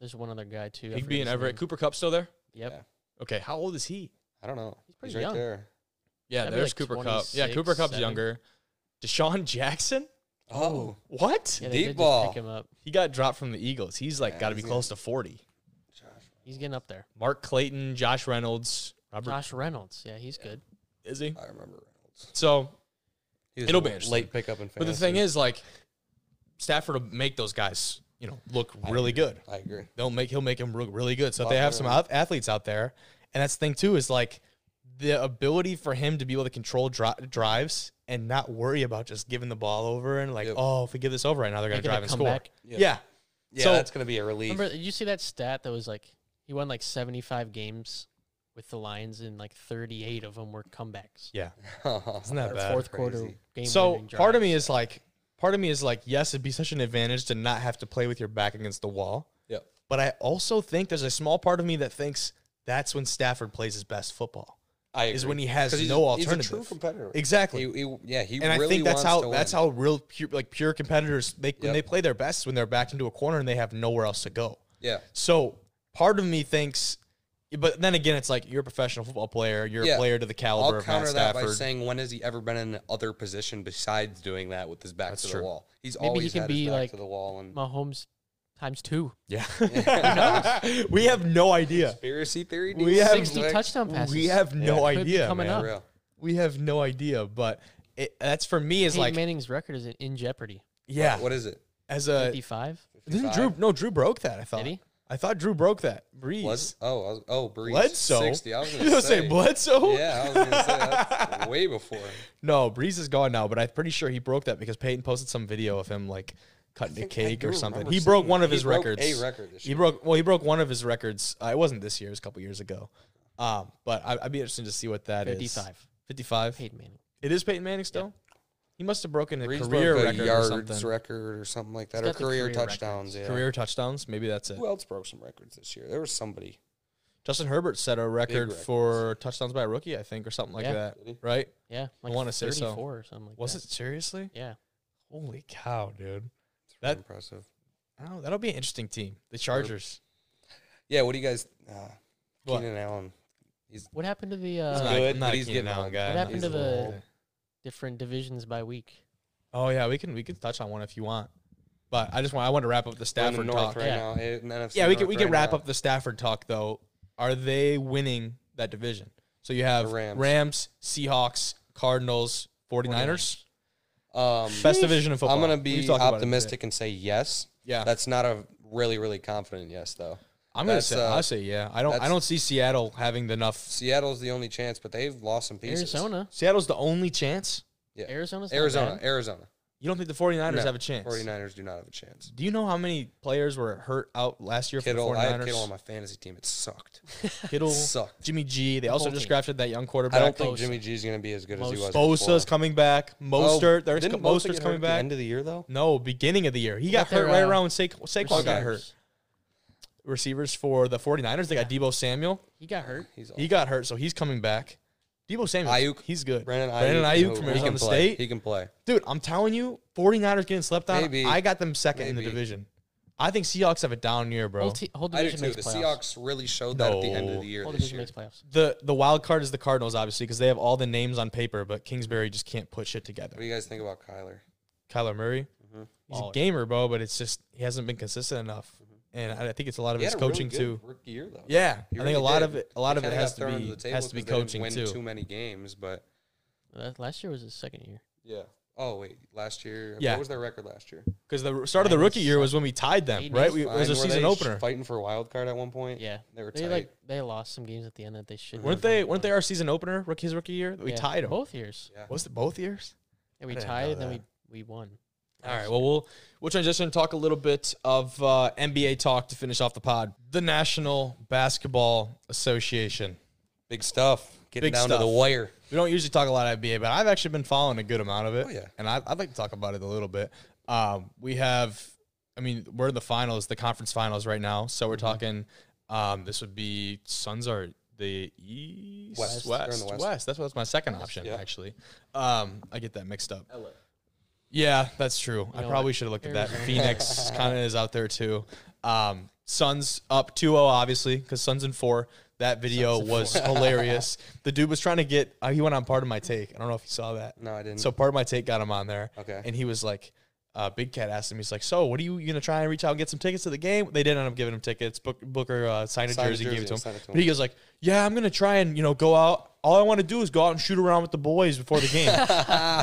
S3: There's one other guy too. I forget
S1: Higby and
S3: his
S1: Everett.
S3: name.
S1: Cooper Cup still there?
S3: Yep.
S2: Yeah.
S1: Okay, how old is he?
S2: I don't know.
S3: He's
S2: He's,
S3: pretty
S2: right
S3: young.
S2: there.
S1: Yeah,
S3: That'd be
S1: there's
S3: like
S1: Cooper Cup. Yeah,
S3: 26,
S1: Cooper Cup's
S3: seven.
S1: younger. Deshaun Jackson.
S2: Oh,
S1: What?
S3: Yeah,
S2: Deep
S3: they did
S2: ball.
S3: just pick him up.
S1: He got dropped from the Eagles. He's like got to be
S2: he's gonna-
S1: close to 40.
S3: He's getting up there.
S1: Mark Clayton, Josh Reynolds, Robert
S3: Josh Reynolds. Yeah, he's good.
S1: is he?
S2: I remember Reynolds.
S1: So,
S2: He was
S1: It'll
S2: a
S1: be interesting.
S2: late pickup in fantasy.
S1: but the thing is, like, Stafford will make those guys, you know, look really good.
S2: I agree.
S1: They'll make he'll make him look really good. So if they have some ath- athletes out there, and that's the thing too is like the ability for him to be able to control dri- drives and not worry about just giving the ball over and like,
S2: Yep.
S1: oh, if we give this over right now, they're gonna
S3: Making a
S1: drive and score.
S3: comeback.
S1: Yeah.
S2: Yeah.
S1: yeah.
S2: Yeah,
S1: So-
S2: that's gonna be a relief. <laughs>
S3: Remember, did you see that stat that was like he won like 75 games with the Lions, and like 38 of them were comebacks.
S1: Isn't that
S3: Or
S1: bad?
S3: fourth quarter
S2: Oh, Crazy.
S3: game.
S1: So
S3: winning
S1: part of
S3: drives.
S1: me is like, part of me is like, yes, it'd be such an advantage to not have to play with your back against the wall.
S2: Yep.
S1: But I also think there's a small part of me that thinks that's when Stafford plays his best football
S2: I
S1: is
S2: agree.
S1: when he has
S2: 'Cause he's
S1: no
S2: a- he's a
S1: alternative.
S2: true competitor.
S1: Exactly.
S2: He, he, yeah, he
S1: and
S2: really
S1: I think that's
S2: wants to
S1: how that's
S2: win.
S1: how real pure, like pure competitors they when
S2: Yep.
S1: they play their best when they're backed into a corner and they have nowhere else to go.
S2: Yeah.
S1: So part of me thinks, but then again, it's like you're a professional football player. You're a
S2: Yeah.
S1: player to the caliber
S2: I'll
S1: of Matt
S2: counter that
S1: Stafford.
S2: by saying, when has he ever been in other position besides doing that with his back
S1: That's
S2: to
S1: true.
S2: the wall? He's
S3: Maybe he
S2: always
S3: can
S2: had his
S3: be
S2: back
S3: like
S2: to the wall and
S3: Mahomes times two.
S1: yeah,
S2: <laughs>
S1: <laughs> we have no idea.
S2: conspiracy theory.
S1: We
S2: dude?
S1: have-
S3: 60
S2: Like,
S3: touchdown passes.
S1: We have no
S3: Could be
S1: idea,
S3: coming
S1: man.
S2: for
S3: up.
S2: real.
S1: We have no idea, but it, that's for me is
S3: Peyton
S1: like
S3: Manning's record is in jeopardy.
S1: yeah.
S2: What is it?
S1: as a
S3: 55.
S1: didn't Drew no Drew broke that I thought.
S3: Did he?
S1: I thought Drew broke that. Breeze.
S2: Was oh I was, oh Breeze
S1: Bledsoe.
S2: sixty.
S1: <laughs>
S2: I was
S1: you
S2: gonna
S1: gonna
S2: say,
S1: say Bledsoe?
S2: Yeah, I was gonna say
S1: <laughs>
S2: that's way before.
S1: No, Breeze is gone now, but I'm pretty sure he broke that because Peyton posted some video of him like cutting a
S2: think I
S1: cake
S2: do
S1: or something.
S2: remember
S1: He
S2: seeing
S1: broke
S2: that.
S1: one of
S2: He
S1: his
S2: broke
S1: records.
S2: a record this
S1: He
S2: year.
S1: broke well. He broke one of his records. Uh, it wasn't this year. It was a couple years ago. Um, but I, I'd be interested to see what that is.
S3: 55.
S1: 55.
S3: Peyton Manning.
S1: It is Peyton Manning still. He must have broken a
S2: Breeze
S1: career
S2: broke a
S1: record or
S2: yards
S1: something.
S2: record or something like that,
S3: He's
S2: or
S3: got the
S2: career,
S3: career
S2: touchdowns. Yeah.
S1: Career touchdowns. Maybe that's it.
S2: Who else broke some records this year? There was somebody.
S1: Justin Herbert set a record
S2: records.
S1: for touchdowns by a rookie, I think, or something like
S3: Yeah.
S1: that.
S2: Did he?
S1: Right?
S3: Yeah. Like
S1: wanna say so.
S3: 34 or something like
S1: Was
S3: that.
S1: it seriously?
S3: Yeah.
S1: Holy cow, dude!
S2: It's
S1: That-
S2: pretty impressive.
S1: Oh, that'll be an interesting team. The Chargers.
S2: Yeah. What do you guys? Uh,
S1: What?
S2: Keenan Allen.
S3: What happened to the
S1: He's
S2: It's
S3: uh,
S1: not-
S2: good,
S1: not
S2: but
S1: a
S2: he's
S1: Keenan
S2: getting
S1: Allen
S2: old.
S1: guy.
S3: What happened
S1: He's
S3: to
S1: a
S3: the-
S1: little-
S3: different divisions by week?
S1: Oh yeah, we can we can touch on one if you want, but I just want I want to wrap up the
S2: We're in the
S1: Stafford
S2: North
S1: talk.
S2: right
S3: Yeah.
S2: now. in NFC
S1: Yeah, we can
S2: North
S1: we can
S2: right
S1: wrap
S2: now.
S1: up the Stafford talk though. Are they winning that division? So you have
S2: The
S1: Rams.
S2: Rams.
S1: Seahawks, Cardinals, 49ers.
S2: Um,
S1: Best division of football.
S2: I'm gonna
S1: We've
S2: be
S1: talked about it today.
S2: optimistic and say yes.
S1: Yeah.
S2: that's not a really really confident yes though.
S1: I'm gonna
S2: That's,
S1: say
S2: uh,
S1: I say yeah. I don't I
S2: that's-
S1: don't see Seattle having enough.
S2: Seattle's the only chance, but they've lost some pieces.
S3: Arizona.
S1: Seattle's the only chance.
S2: yeah.
S3: Arizona's not
S2: Arizona,
S3: bad.
S2: Arizona.
S1: You don't think the 49ers
S2: No,
S1: have a chance?
S2: 49ers do not have a chance.
S1: Do you know how many players were hurt out last year
S2: Kittle,
S1: for the
S2: I
S1: 49ers?
S2: had Kittle on my fantasy team. It
S3: <laughs>
S2: sucked.
S1: Kittle,
S2: sucked.
S1: Jimmy G. They also
S3: whole
S1: just
S3: team.
S1: drafted that young
S2: I
S1: quarterback.
S2: don't think
S3: Bosa.
S2: Jimmy G's going to be as good as he was.
S1: Bosa's
S2: before.
S1: coming back. Mostert, there's
S2: Oh, didn't Bosa
S1: Mostert's
S2: get hurt
S1: coming
S2: at the
S1: back.
S2: end of the year though.
S1: no, beginning of the year. He got
S3: Got their,
S1: hurt right
S3: uh,
S1: around when Saqu- Saquon got hurt.
S3: Receivers.
S1: Receivers for the 49ers, they got Debo Samuel.
S3: He got hurt.
S2: He's
S1: He got hurt, so he's coming back. Debo Samuel,
S2: Ayuk.
S1: he's good.
S2: Brandon Ayuk,
S1: Brandon Ayuk
S2: who-
S1: from
S2: he
S1: Arizona
S2: can play.
S1: State.
S2: He can play.
S1: Dude, I'm telling you, 49ers getting slept on.
S2: Maybe.
S1: I got them second in the
S2: Maybe.
S1: division. I think Seahawks have a down year, bro.
S3: Whole, te- whole
S2: I do
S3: division
S2: too.
S3: makes
S2: The
S3: playoffs.
S2: Seahawks really showed that at the end of
S1: No.
S2: the year
S3: Whole
S2: this
S3: division
S2: year.
S3: makes playoffs.
S1: the the wild card is the Cardinals, obviously, because they have all the names on paper, but Kingsbury just can't put shit together.
S2: What do you guys think about Kyler?
S1: Kyler Murray,
S2: Mm-hmm.
S1: he's a
S3: Baller.
S1: gamer, bro, but it's just he hasn't been consistent enough, and I I think it's a lot of
S2: Mm-hmm. He
S1: his
S2: had a really
S1: coaching
S2: good
S1: too.
S2: Rookie year though.
S1: Yeah,
S2: He
S1: I
S2: really
S1: think a lot
S2: did.
S1: of it, a lot of
S2: He
S1: it
S2: kinda got
S1: has to
S2: thrown under
S1: be
S2: the table
S1: has to be
S2: 'cause they didn't
S1: coaching
S2: win
S1: too.
S2: Too many games, but
S3: Uh, Last year was his second year.
S2: yeah. Oh wait, last year.
S1: Yeah.
S2: What was their record last year?
S1: Because the start of the rookie year was when we tied them,
S3: Eight
S1: right?
S3: and
S1: We, it was
S2: Fine,
S1: a
S2: were
S1: season
S2: they
S1: opener.
S2: Fighting for a wild card at one point.
S3: Yeah.
S2: They were
S3: They
S2: tight.
S3: like they lost some games at the end that they should.
S1: Weren't they? Weren't they our season opener? Rookie's rookie year, we tied them.
S3: both years.
S2: Yeah.
S1: Was it both years?
S3: Yeah, we
S1: I didn't
S3: tied
S1: know
S3: and then
S1: that.
S3: we we won.
S1: All right. Well, we'll we'll transition and talk a little bit of uh, NBA talk to finish off the pod. The National Basketball Association.
S2: Big stuff. Getting
S1: Big
S2: down to the
S1: stuff.
S2: wire.
S1: We don't usually talk a lot of NBA, but I've actually been following a good amount of it.
S2: Oh, yeah.
S1: And I, I'd like to talk about it a little bit. Um, we have, I mean, we're in the finals, the conference finals right now. So we're
S2: Mm-hmm.
S1: talking, um, this would be Suns are the East,
S2: West. They're in
S1: West,
S2: the
S1: West.
S2: West.
S1: That's what's my second option,
S2: yeah.
S1: actually. Um, I get that mixed up. Yeah, that's true. I
S3: know
S1: probably
S3: what?
S1: should have looked at that.
S2: <laughs>
S3: Arizona.
S1: Phoenix kind of is out there too. Um, Suns up 2-0, obviously, because Suns in four. That video was
S2: <laughs>
S1: hilarious. The dude was trying to get. Uh, he went on part of my take. I don't know if you saw that.
S2: No, I didn't.
S1: So part of my take got him on there.
S2: Okay.
S1: And he was like, uh, Big Cat asked him, he's like, "So, what are you, you gonna try and reach out and get some tickets to the game?" They didn't end up giving him tickets. Book, Booker uh, signed a
S2: Signed a
S1: jersey, gave
S2: jersey,
S1: it to him.
S2: signed it to
S1: But he
S2: him.
S1: goes like, "Yeah, I'm gonna try and you know go out. All I want to do is go out and shoot around with the boys before the
S2: <laughs>
S1: game."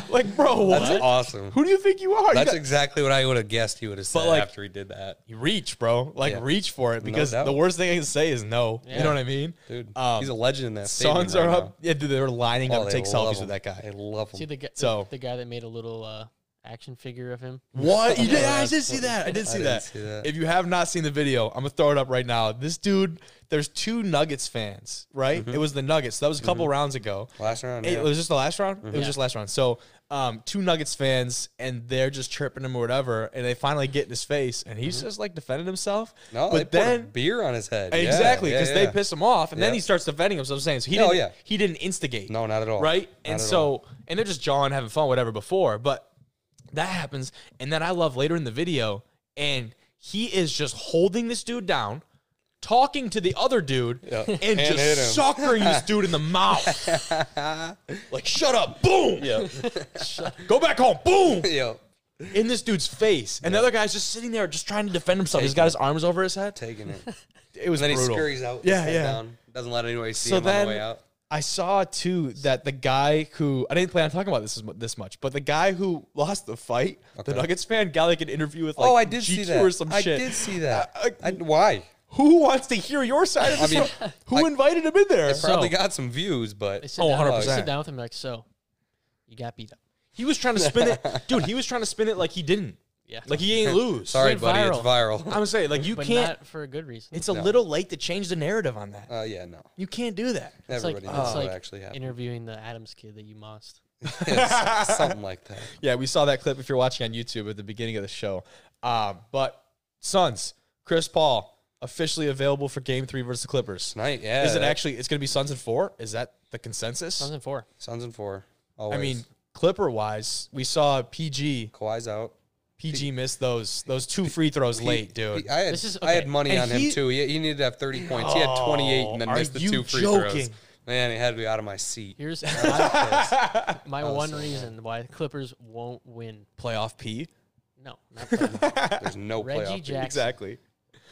S1: like, bro, what?
S2: That's <laughs> awesome.
S1: Who do you think you are? You
S2: That's
S1: got-
S2: exactly what I would have guessed he would have said
S1: like-
S2: after he did that.
S1: you reach, bro. Like,
S2: Yeah.
S1: reach for it because
S2: doubt.
S1: the worst thing I can say is no. You
S3: Yeah.
S1: know what I mean?
S2: Dude,
S1: Um,
S2: he's a legend in that. stadium
S1: Suns
S2: right
S1: are
S2: now.
S1: up. Yeah, dude, they were lining up
S2: Oh,
S1: to
S2: they
S1: take
S2: love
S1: selfies
S2: him.
S1: with that
S2: They
S1: guy.
S2: love
S3: See
S2: him.
S3: the guy,
S1: So- Mm.
S3: the guy that made a little uh, action figure of him.
S1: <laughs>
S2: <laughs>
S1: What? You did,
S2: Yeah,
S1: I
S2: that's
S1: did see that. I did
S2: I
S1: see
S2: didn't
S1: that.
S2: see that.
S1: If you have not seen the video, I'm gonna throw it up right now. This dude, there's two Nuggets fans, right? It was the Nuggets. That was a couple rounds ago.
S2: Mm-hmm. Last round,
S1: It
S2: yeah.
S1: was just the last round. It was
S3: Yeah.
S1: just last round. So, um, two Nuggets fans, and they're just chirping him or whatever, and they finally get in his face, and he's just like defending himself.
S2: Mm-hmm. No,
S1: but
S2: they poured a
S1: then
S2: beer on his head. Yeah,
S1: exactly
S2: yeah,
S1: because
S2: yeah.
S1: they piss him off, and then
S2: Yeah.
S1: he starts defending himself, saying so he
S2: Oh,
S1: didn't.
S2: yeah.
S1: He didn't instigate.
S2: No, not at all.
S1: Right?
S2: Not
S1: and
S2: at
S1: so,
S2: all. <laughs>
S1: and they're just jawing, having fun, whatever before, but that happens. And then I love later in the video, and he is just holding this dude down, talking to the other dude,
S2: <laughs>
S1: and,
S2: hit him.
S1: just suckering this dude in the
S2: <laughs>
S1: mouth. like, shut up, boom. Yeah. <laughs> Go back home, boom.
S2: Yo,
S1: In this dude's face. And the other guy's just sitting there, just trying to defend himself. He's got his arms over his head. <laughs>
S2: taking it.
S1: It was
S2: then he
S1: brutal.
S2: scurries out.
S1: Yeah,
S2: head
S1: yeah.
S2: Down, doesn't let anybody see
S1: So
S2: him on
S1: then-
S2: the way out.
S1: I saw too that the guy who I didn't plan on talking about this as mu- this much, but the guy who lost the fight, the Nuggets fan, got like an interview with like
S2: oh, I did see
S1: GQ
S2: that.
S1: or some
S2: I
S1: shit.
S2: did see that.
S1: I- I-
S2: I- why?
S1: Who wants to hear your side of
S2: I
S1: this?
S2: mean, <laughs>
S1: one? who invited him in there?
S2: Probably got some views, but
S3: They sit
S1: Oh,
S3: down,
S1: 100%.
S3: They sit down with him like, so you got beat up.
S1: He was trying to spin it,
S2: <laughs>
S1: dude. He was trying to spin it like he didn't.
S3: Yeah.
S1: like he ain't lose.
S2: sorry,
S3: went
S2: buddy, it's viral. <laughs>
S1: I'm saying like you
S3: but
S1: can't.
S3: not for a good reason.
S1: it's a little late to change the narrative on that.
S2: Uh, yeah, no.
S1: you can't do that.
S3: It's like,
S2: Everybody
S3: it's
S2: knows
S3: like
S2: what actually happened. <laughs>
S3: interviewing the Adams kid that you mossed.
S2: Something like that.
S1: Yeah, we saw that clip if you're watching on YouTube at the beginning of the show. Um, but Suns, Chris Paul officially available for Game Three versus the Clippers.
S2: Tonight,
S1: <laughs>
S2: yeah.
S1: Is it
S2: that-
S1: actually? It's going to be Suns and four. Is that the consensus?
S3: Thousand four.
S2: Suns and four.
S1: I
S2: Always.
S1: mean, Clipper wise, we saw PG
S2: Kawhi's out.
S1: PG miss those those two free throws late, dude.
S2: He- I had,
S3: This is-
S2: I had
S3: okay.
S2: money
S1: And
S2: on
S1: he-
S2: him too. He, he needed to have 30 points. he had 28 and then
S1: Oh,
S2: missed
S1: are
S2: the
S1: you
S2: two free throws.
S1: joking?
S2: Man, it had to be out of my seat.
S1: <laughs>
S3: Here's my,
S2: <laughs>
S3: my
S2: Oh,
S3: one reason why the Clippers won't win.
S1: Playoff P.
S3: No,
S1: <laughs>
S3: not Clippers.
S2: There's no
S3: Reggie
S2: playoff.
S3: Jackson.
S1: Exactly.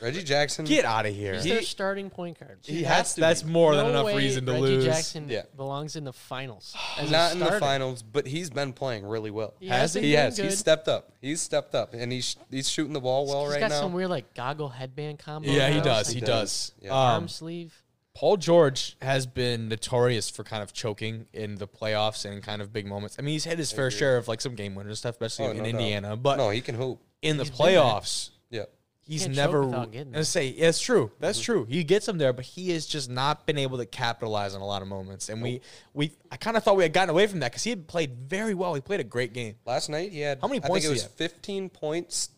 S2: Reggie Jackson.
S1: Get out of here.
S3: He's their starting point guard.
S1: He
S2: has
S1: that's
S2: to
S1: that's
S2: be.
S1: more than
S3: No
S1: enough
S3: way
S1: reason to
S3: Reggie
S1: lose.
S3: Jackson
S2: Yeah.
S3: belongs in the
S2: <sighs>
S3: finals. As
S2: not
S3: a
S2: in the
S3: starter.
S2: finals, but he's been playing really well.
S3: He has been
S2: he?
S3: doing
S2: Has
S3: good.
S2: he's stepped up? He's stepped up, and he's he's shooting the ball well
S3: He's
S2: right
S3: got
S2: now.
S3: some weird like goggle headband combo.
S1: Yeah, he
S3: now.
S1: does.
S3: Like,
S1: He
S2: does.
S1: does.
S2: Yeah.
S1: Um,
S3: arm sleeve.
S1: Paul George has been notorious for kind of choking in the playoffs and kind of big moments. I mean, he's had his fair share of like some game winners stuff, especially
S2: Oh,
S1: in
S2: no doubt.
S1: Indiana. But
S2: no, he can hoop.
S1: in the
S3: He's been there.
S1: playoffs,
S2: Yeah,
S1: he's
S3: can't choke
S1: never
S3: without getting
S1: and say yeah, it's true that's
S2: Mm-hmm.
S1: true he gets them there but he has just not been able to capitalize on a lot of moments and we we i kind of thought we had gotten away from that because he had played very well he played a great game
S2: last night he had
S1: How many
S2: I
S1: points
S2: think
S1: did
S2: it
S1: he
S2: was
S1: have?
S2: 15 points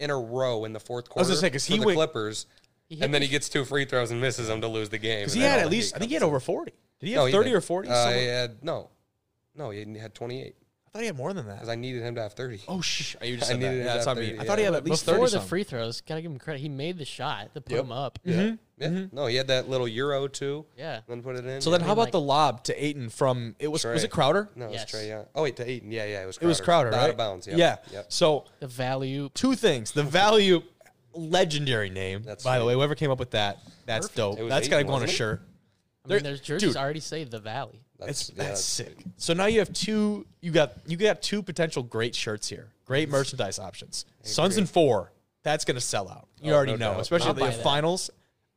S2: in a row in the fourth
S1: was
S2: quarter.
S1: gonna say, 'cause
S2: for
S1: he
S2: the
S1: went-
S2: Clippers,
S3: He hit
S2: and then he gets two free throws and misses them to lose the game.
S1: because
S2: and
S1: he
S2: then
S1: had
S2: all
S1: at
S2: the
S1: least
S2: heat
S1: i think he
S2: comes
S1: had
S2: in.
S1: over 40 did he have
S2: No, he
S1: 30 or
S2: didn't.
S1: 40
S2: Uh, he
S1: Someone-
S2: had no, no, he had 28
S1: i thought he had more than
S2: because <laughs>
S1: that
S2: I needed him to have 30.
S1: oh shh you
S2: I
S1: just said that.
S2: needed
S1: Yeah,
S2: that
S1: that's on
S2: 30,
S1: me i thought he
S2: yeah.
S1: had at least
S3: before
S1: 30
S3: the
S1: something.
S3: free throws. Gotta give him credit. He made the shot that put
S2: Yep.
S3: him up.
S2: Yeah,
S1: Mm-hmm.
S2: yeah. No, he had that little euro too.
S3: Yeah.
S2: then put it in.
S1: so
S2: yeah.
S1: then how about the lob to Aiton from it was was
S2: Trey.
S1: it crowder
S2: No,
S3: Yes.
S2: it was Trey Young. Oh wait, to Aiton. Yeah, yeah, it was.
S1: it
S2: Crowder.
S1: was crowder
S2: Out
S1: right
S2: of bounds. Yep.
S1: yeah
S2: Yep.
S1: so
S3: The value.
S1: two things. The value, legendary name.
S2: That's
S1: by the
S2: right.
S1: way, whoever came up with that, that's
S2: It
S1: dope.
S2: was
S1: That's gotta
S2: Aiton,
S1: go on a
S2: wasn't it?
S1: shirt.
S3: I mean,
S1: There-
S3: their jerseys
S1: dude.
S3: already say the valley.
S1: That's that's,
S2: yeah, <laughs>
S1: sick. So now you have two. You got you got two potential great shirts here. Great merchandise options. Suns and four. That's gonna sell out. You
S2: Oh,
S1: already
S2: no
S1: know,
S2: doubt.
S1: especially
S3: I'll
S1: if they
S3: buy
S1: have
S3: that.
S1: finals.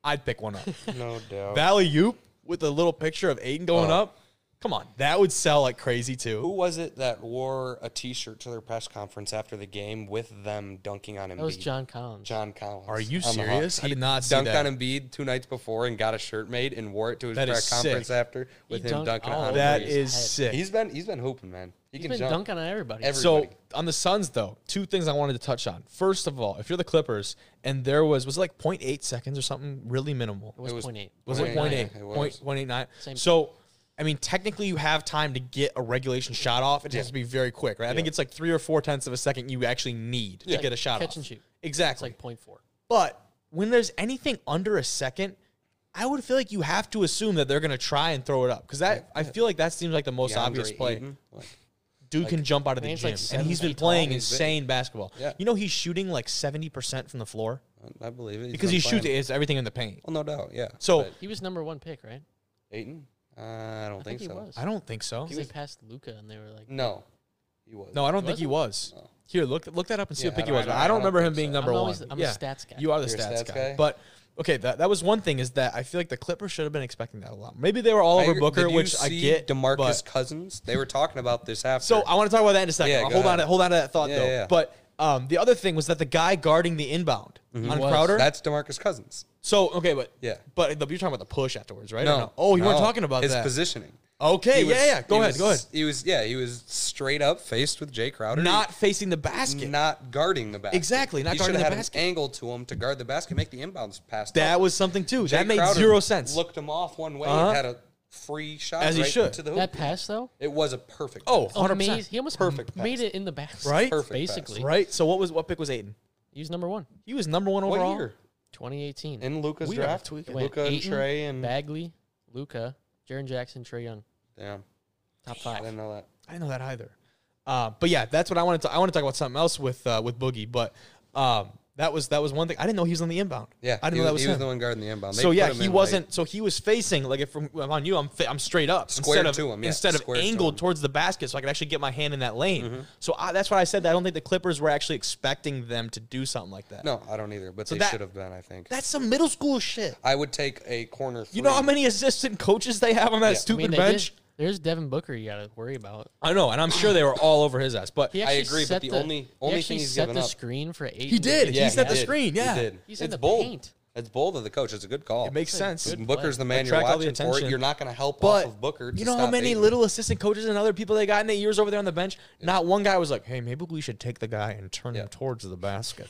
S1: I'd pick one up.
S2: No doubt.
S1: Valley Oop with a little picture of Aiden going
S2: Oh.
S1: up. Come on, that would sell like crazy
S2: Who
S1: too.
S2: was it that wore a T-shirt to their press conference after the game with them dunking on Embiid?
S3: That was John Collins.
S2: John Collins.
S1: Are you
S2: on the Hawks.
S1: serious? He did not see
S2: dunked
S1: that.
S2: on Embiid two nights before and got a shirt made and wore it to his
S1: That is
S2: press conference
S1: sick.
S2: after with him
S3: dunked
S2: dunking
S3: all
S2: on
S3: over
S1: That
S2: Embiid.
S3: his
S1: is
S3: head.
S1: sick.
S2: He's been he's been hooping, man. He
S3: He's
S2: can
S3: been
S2: jump.
S3: dunking on everybody.
S2: Every-
S1: So
S2: everybody.
S1: on the Suns, though, two things I wanted to touch on. First of all, if you're the Clippers, and there was was it like 0.8 seconds or something, really minimal.
S3: it was,
S2: it was-
S3: point eight.
S1: Was it
S2: 0.8?
S1: 0.8?
S2: Yeah, it was.
S1: Point- 0.89.
S3: Same.
S1: So, I mean, technically, you have time to get a regulation shot off. It has to be very quick, right? I think it's like three or four tenths of a second you actually need to
S3: Yeah.
S1: get a shot
S3: Catch
S1: off.
S3: and shoot. It's
S1: Exactly.
S3: like point four.
S1: but when there's anything under a second, I would feel like you have to assume that they're going to try and throw it up because that I feel like that seems like the most
S2: DeAndre
S1: obvious play.
S2: Ayton, Mm-hmm. like,
S1: dude can jump out of the
S3: I think it's
S1: gym,
S3: like
S1: and
S3: seven
S1: he's been
S3: feet tall.
S1: playing
S2: He's big.
S1: insane basketball.
S2: Yeah.
S1: You know he's shooting like seventy percent from the floor
S2: I believe it. He's
S1: because
S2: been
S1: he
S2: playing.
S1: shoots it's everything in the paint.
S2: Well, no doubt. Yeah.
S1: So
S2: But
S3: He was number one pick, right?
S2: Aiton, uh, I don't
S3: I
S2: think,
S3: think he
S2: so.
S3: was.
S1: I don't think so.
S3: Because they passed Luca and they were like,
S2: No, he was.
S1: No, I don't think he was.
S2: No.
S1: Here, look look that up and see
S2: Yeah,
S1: what pick
S2: I
S1: he
S2: don't-
S1: was.
S2: I
S1: But
S2: don't-
S1: I
S2: I
S1: don't
S2: don't
S1: remember him
S2: think
S1: being
S2: so.
S1: number
S3: I'm
S1: one.
S3: always- I'm a
S1: yeah.
S3: stats guy.
S1: You are the
S2: You're a
S1: stats,
S2: stats
S1: guy.
S2: guy?
S1: But okay, that, that was one thing is that I feel like the Clippers should have been expecting that a lot. Maybe they were all
S2: I
S1: over
S2: agree-
S1: Booker,
S2: Did you
S1: which I
S2: see
S1: get.
S2: Demarcus
S1: but-
S2: Cousins. They were talking about this after.
S1: so I want to talk about that in a second.
S2: Yeah,
S1: I'll
S2: go
S1: hold on
S2: ahead.
S1: to hold on to that thought
S2: Yeah,
S1: though.
S2: yeah, yeah.
S1: But um, the other thing was that the guy guarding the inbound
S2: Mm-hmm.
S1: on
S3: was.
S1: Crowder.
S2: that's Demarcus Cousins.
S1: so okay, but
S2: Yeah.
S1: but the, you're talking about the push afterwards, right? Or Oh, you
S2: no.
S1: weren't talking about
S2: his
S1: that.
S2: positioning.
S1: okay,
S2: He was-
S1: yeah, yeah. Go
S2: he
S1: ahead,
S2: was-
S1: go ahead.
S2: He was yeah, he was straight up faced with Jay Crowder.
S1: Not facing the
S2: He-
S1: basket.
S2: not guarding the basket.
S1: Exactly, not
S2: He
S1: guarding
S2: should have
S1: the
S2: had
S1: basket.
S2: An angle to him to guard the basket, make the inbounds pass.
S1: that
S2: up.
S1: was something too.
S2: Jay
S1: that made
S2: Crowder
S1: zero sense.
S2: Looked him off one way
S1: Uh-huh.
S2: and had a free shot
S1: As he
S2: right
S1: should.
S2: to the hoop.
S3: that pass though,
S2: It was a perfect.
S1: Oh,
S2: pass.
S1: 100%.
S3: amazing. He almost
S2: Perfect
S3: made
S2: pass.
S3: it in the basket.
S1: Right?
S2: Perfect pass.
S3: Basically,
S1: right. So what was what pick was Aiden?
S3: He was number one,
S1: He was number one
S2: what
S1: overall.
S2: year
S3: 2018.
S2: in Luca's
S1: We are
S2: draft?
S1: tweaking.
S3: Went
S2: Luca and
S3: Ayton,
S2: Trey and
S3: Bagley, Luca, Jaron Jackson, Trey Young,
S2: damn,
S3: top
S2: I
S3: five.
S2: didn't know that.
S1: I didn't know that either. Uh, but yeah, that's what I want to. I want to talk about something else with uh, with Boogie, but um, that was that was one thing. I didn't know he was on the inbound.
S2: Yeah,
S1: I didn't
S2: he,
S1: know that was
S2: he
S1: him.
S2: was the one guarding the inbound. They
S1: so yeah,
S2: put him
S1: he
S2: in
S1: wasn't.
S2: late.
S1: So he was facing like if I'm if I'm on you, I'm fa- I'm straight up
S2: Squared
S1: instead of
S2: to him, yeah,
S1: instead of
S2: squared to
S1: angled
S2: him. Mm-hmm.
S1: towards the basket, so I could actually get my hand in that lane. So I, that's why I said that I don't think the Clippers were actually expecting them to do something like that.
S2: No, I don't either. But they
S1: that-
S2: should have been. I think.
S1: That's some middle school shit.
S2: I would take a corner. Three.
S1: You know how many assistant coaches they have on that
S2: Yeah.
S3: I
S1: stupid
S3: mean, they
S1: bench?
S3: did, there's Devin Booker you got to worry about.
S1: I know, and I'm sure they were all over his ass. But
S3: He
S2: I
S3: actually
S2: agree, but
S3: set
S2: the only-
S3: he
S2: only
S3: actually
S2: thing he's
S3: set
S2: given
S3: the
S2: up-
S3: screen for eight.
S1: did. He set the
S2: did.
S1: screen, yeah.
S2: he did.
S3: He's
S2: It's
S3: in the
S2: bold.
S3: paint.
S2: It's bold of the coach. It's a good call.
S1: it makes sense.
S3: good
S2: Booker's the man you're
S1: Attract all the
S2: watching for it.
S1: attention.
S2: You're not going to help
S1: But
S2: off of Booker. To
S1: you know how
S2: stop
S1: many
S2: Ayton.
S1: little assistant coaches and other people they got in the years over there on the bench. Not one guy was like, "Hey, maybe we should take the guy and turn him
S2: Yeah.
S1: towards the basket."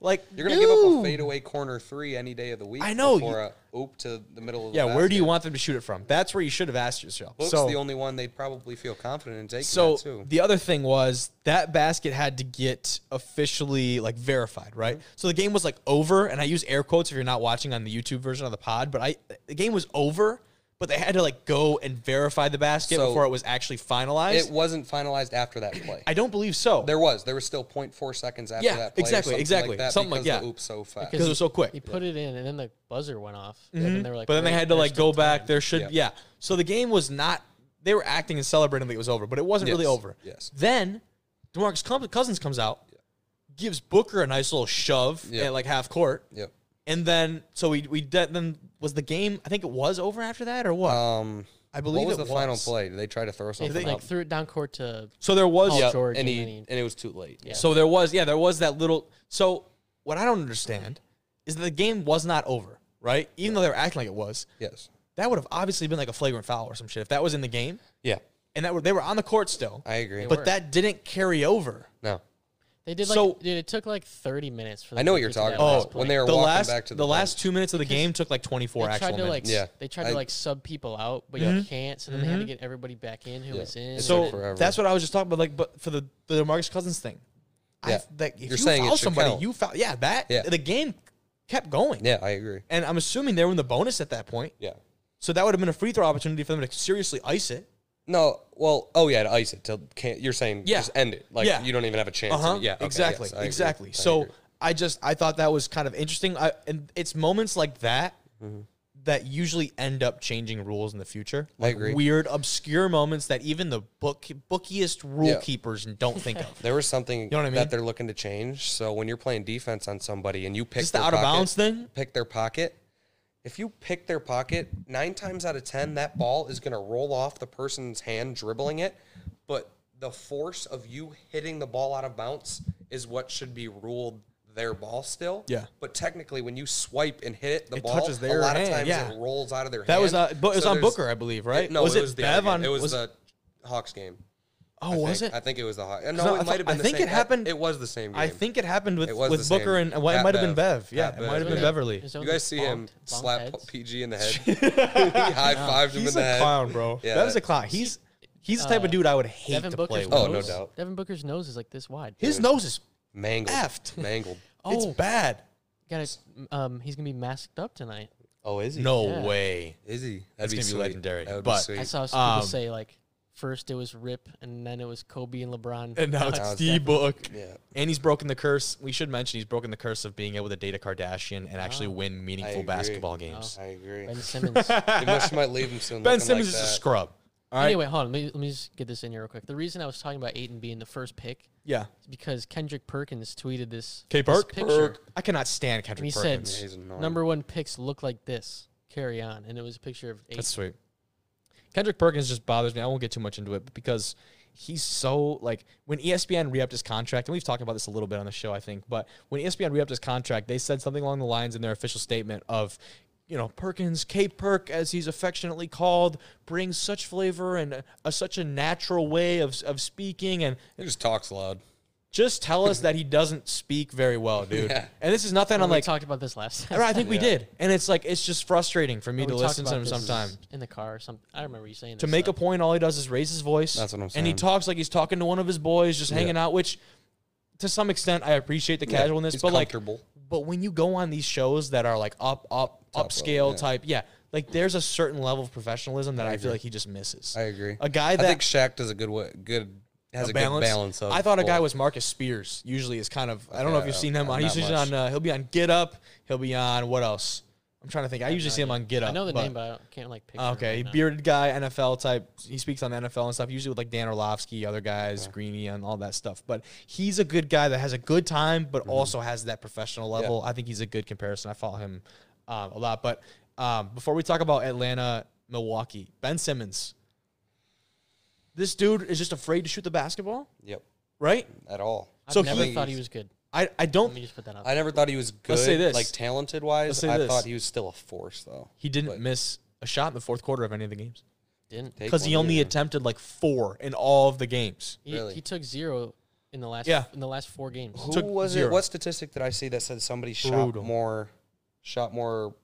S1: Like
S2: You're going to give up
S1: no.
S2: a fadeaway corner three any day of the week.
S1: I know,
S2: Before
S1: you-
S2: a oop to the middle of the
S1: Yeah, where do you
S2: basket.
S1: want them to shoot it from? That's where you should have asked yourself.
S2: Book's
S1: so
S2: the only one they'd probably feel confident in taking
S1: so
S2: that too.
S1: the other thing was that basket had to get officially like verified, right?
S2: Mm-hmm.
S1: So the game was like over, and I use air quotes if you're not watching on the YouTube version of the pod. But I the game was over, but they had to like go and verify the basket
S2: So
S1: before it was actually finalized.
S2: It wasn't finalized after that play.
S1: I don't believe so.
S2: there was. There was still 0.4 seconds after
S1: Yeah,
S2: that play. or
S1: exactly,
S2: something
S1: exactly.
S2: Like that
S1: Something like
S2: because
S1: that.
S2: The oops so fast.
S1: because it was so quick.
S3: He put it in, and then the buzzer went off.
S1: Mm-hmm.
S3: And then they were like,
S1: but then they
S3: "Wait,
S1: had to
S3: there's
S1: like
S3: still
S1: go back.
S3: time."
S1: There should yeah. So the game was not. They were acting and celebrating like it was over, but it wasn't really
S2: Yes,
S1: over.
S2: yes.
S1: Then Demarcus Com- Cousins comes out, gives Booker a nice little shove
S2: Yeah.
S1: at like half court,
S2: Yep.
S1: and then so we we de- then was the game. I think it was over after that or what?
S2: Um,
S1: I believe
S2: what was
S1: it
S2: the final
S1: was.
S2: play? Did they try to throw
S3: They,
S2: something
S3: like
S2: up?
S3: threw it down court to
S1: so there was
S2: Oh,
S3: Paul
S1: yeah,
S3: George,
S2: and,
S3: and,
S2: he,
S3: then he-
S2: and it was too late. Yeah.
S1: So there was, yeah, there was that little. So what I don't understand is that the game was not over, right? Even though they were acting like it was,
S2: Yes.
S1: that would have obviously been like a flagrant foul or some shit if that was in the game,
S2: Yeah.
S1: and that were they were on the court still,
S2: I agree.
S1: but that didn't carry over.
S2: no.
S3: they did like
S1: so-
S3: dude, it took like thirty minutes
S2: I
S3: for. them
S2: know
S3: to
S2: what you're
S3: get to that
S2: talking about.
S3: last
S2: When
S3: play.
S2: they were
S1: The
S2: walking
S1: last,
S2: back to
S1: the,
S2: the,
S1: last
S2: bench.
S1: two minutes of the game took like twenty four
S3: they
S1: actual
S3: tried to like
S1: minutes.
S2: Yeah.
S3: they tried to
S2: I-
S3: like sub people out, but
S1: Mm-hmm.
S3: you can't. So then they had to get everybody back in who was in.
S2: It's
S3: and
S1: so
S2: like
S3: then-
S2: for- forever.
S1: that's what I was just talking about. Like, but for the the Marcus Cousins thing,
S2: Yeah.
S1: I, like, if
S2: You're
S1: you
S2: saying it
S1: foul
S2: should
S1: somebody,
S2: count.
S1: you foul. Yeah, that
S2: Yeah.
S1: the game kept going.
S2: Yeah, I agree.
S1: and I'm assuming they were in the bonus at that point.
S2: Yeah.
S1: So that would have been a free throw opportunity for them to seriously ice it.
S2: No, well, oh yeah, to ice it till can't, you're saying
S1: Yeah.
S2: just end it. Like
S1: Yeah.
S2: you don't even have a chance.
S1: Uh-huh.
S2: Yeah, okay,
S1: exactly.
S2: yes, I agree.
S1: exactly.
S2: I
S1: so
S2: agree.
S1: I just I thought that was kind of interesting. I, and it's moments like that
S2: Mm-hmm.
S1: that usually end up changing rules in the future. Like
S2: agree.
S1: Weird, obscure moments that even the book bookiest rule
S2: Yeah.
S1: keepers don't think
S2: <laughs>
S1: of.
S2: there was something
S1: know what I mean?
S2: that they're looking to change. So when you're playing defense on somebody and you pick
S1: Just the
S2: their
S1: out of
S2: pocket-
S1: bounds thing?
S2: pick their pocket. If you pick their pocket, nine times out of ten, that ball is going to roll off the person's hand dribbling it. But the force of you hitting the ball out of bounds is what should be ruled their ball still.
S1: Yeah.
S2: But technically, when you swipe and hit it, the
S1: It
S2: ball
S1: touches their
S2: a lot
S1: hand,
S2: of times
S1: yeah.
S2: it rolls out of their
S1: That
S2: hand.
S1: was uh, but it was
S2: So
S1: on
S2: there's-
S1: Booker, I believe, right?
S2: It- no,
S1: was
S2: it, was the other
S1: Bev
S2: game.
S1: on?
S2: It was,
S1: was
S2: the Hawks game.
S1: oh, was
S2: think.
S1: it?
S2: I think it was the Hawks.
S1: I
S2: No,
S1: thought-
S2: it might have been.
S1: I
S2: the
S1: think
S2: same-
S1: it happened-
S2: It was the same game.
S1: I think it happened with
S2: It was
S1: with
S2: the
S1: Booker
S2: same.
S1: and well, it
S2: Pat
S1: might have been
S2: Bev.
S1: Bev. Yeah,
S2: Pat
S1: it
S2: Bev.
S1: might have been
S3: Wasn't
S1: Bev
S3: it-
S1: or Lee.
S3: was it
S2: You
S3: one
S2: guys
S3: of
S2: see
S3: those
S2: him
S3: bonked- bonked
S2: slap
S3: heads?
S2: PG in the head? <laughs> he
S1: <laughs>
S2: high fived him in
S1: He's
S2: the
S1: a
S2: head.
S1: clown, bro.
S2: Yeah,
S1: Bev's a
S2: that-
S1: clown. He's he's the type of dude I would hate
S3: uh, Devin
S1: to
S3: Booker's
S1: play with.
S2: Oh, no
S3: nose-
S2: doubt.
S3: Devin Booker's nose is like this wide.
S1: His nose is
S2: Mangled.
S1: Effed.
S2: <laughs> Mangled.
S1: it's
S3: Oh.
S1: bad.
S3: Got um, he's gonna be masked up tonight.
S2: Oh, is he?
S1: No
S3: Yeah.
S1: way.
S2: Is he?
S1: It's
S2: That'd
S1: gonna be
S2: sweet.
S1: legendary,
S2: That would
S1: but-
S2: be
S3: I
S2: sweet.
S3: saw some people
S1: Um,
S3: say like First it was Rip, and then it was Kobe and LeBron.
S1: And now it's
S2: it's
S1: D Book.
S2: Yeah.
S1: And he's broken the curse. We should mention he's broken the curse of being able to date a Kardashian and actually win meaningful
S2: Ah, agree. Oh,
S1: basketball games.
S2: I agree.
S1: <laughs>
S3: Ben Simmons.
S2: They must might leave him soon.
S1: Ben
S2: looking
S1: Simmons
S2: like
S1: is a
S2: that.
S1: scrub. All right.
S3: anyway, hold on. Let me, let me just get this in here real quick. The reason I was talking about Aiton being the first pick
S1: Yeah.
S3: is because Kendrick Perkins tweeted this,
S1: K
S3: this
S1: Perk.
S3: picture.
S1: Perk. I cannot stand
S3: And he
S1: Kendrick
S3: said,
S1: Perkins.
S2: Yeah, he's annoying.
S3: number one picks look like this. Carry on. And it was a picture of Aiton.
S1: That's sweet. Kendrick Perkins just bothers me. I won't get too much into it but because he's so like when E ESPN re-upped his contract, and we've talked about this a little bit on the show, I think. But when E ESPN re-upped his contract, they said something along the lines in their official statement of, you know, Perkins, K Perk, as he's affectionately called, brings such flavor and a, such a natural way of of speaking and
S2: He just talks loud.
S1: just tell us that he doesn't speak very well, dude.
S2: Yeah.
S1: And this is nothing. I'm
S3: we
S1: like,
S3: talked about this last time.
S1: I think we did, and it's like it's just frustrating for me
S3: <laughs> We
S1: to
S3: talked
S1: listen to
S3: about
S1: him
S3: this
S1: sometimes.
S3: in the car or something. I remember you saying
S1: To make a point, all he does is raise his voice.
S2: That's what I'm
S1: And he
S2: saying.
S1: talks like he's talking to one of his boys, just hanging out. Which, to some extent, I appreciate the casualness,
S2: he's
S1: but like,
S2: comfortable.
S1: but when you go on these shows that are like up, up, upscale
S2: level, yeah.
S1: type, yeah, like there's a certain level of professionalism that I, feel like he just misses.
S2: I agree.
S1: A guy
S2: I
S1: that
S2: think Shaq does a good way, good has a, good balance of.
S1: I thought a guy
S2: both.
S1: was Marcus Spears. Usually is kind of I don't know if
S2: Okay,
S1: you've
S2: I
S1: seen
S2: don't-
S1: him on. He's
S2: not
S1: usually
S2: much.
S1: on. Uh, he'll be on Get Up. He'll be on what else? I'm trying to think. I usually see him on Get Up.
S3: I know the
S1: but-
S3: name, but I don't- can't like picture.
S1: Uh, Okay,
S3: Him right now.
S1: bearded guy, NFL type. He speaks on the NFL and stuff, usually with like Dan Orlovsky, other guys, Greeny, and all that stuff. But he's a good guy that has a good time,
S2: Mm-hmm.
S1: but also has that professional level. I think he's a good comparison. I follow him um, a lot. But um, before we talk about Atlanta, Milwaukee, Ben Simmons. This dude is just afraid to shoot the basketball,
S2: Yep.
S1: right?
S2: At all.
S3: I've
S1: so
S3: never
S1: he-
S3: thought he was good.
S1: I, I don't.
S3: Let me just put that out.
S2: I never thought he was good.
S1: Let's say this.
S2: Like talented wise,
S1: Let's say
S2: I
S1: this.
S2: thought he was still a force though.
S1: he didn't
S2: But-
S1: miss a shot in the fourth quarter of any of the games
S3: Didn't
S2: Take
S1: because he
S2: one
S1: only
S2: either.
S1: attempted like four in all of the games.
S3: he,
S2: Really?
S3: he took zero in the last
S1: Yeah.
S3: in the last four games.
S2: Who
S1: took
S2: was
S1: zero.
S2: it? What statistic did I see that said somebody
S1: Brutal.
S2: shot more, shot more,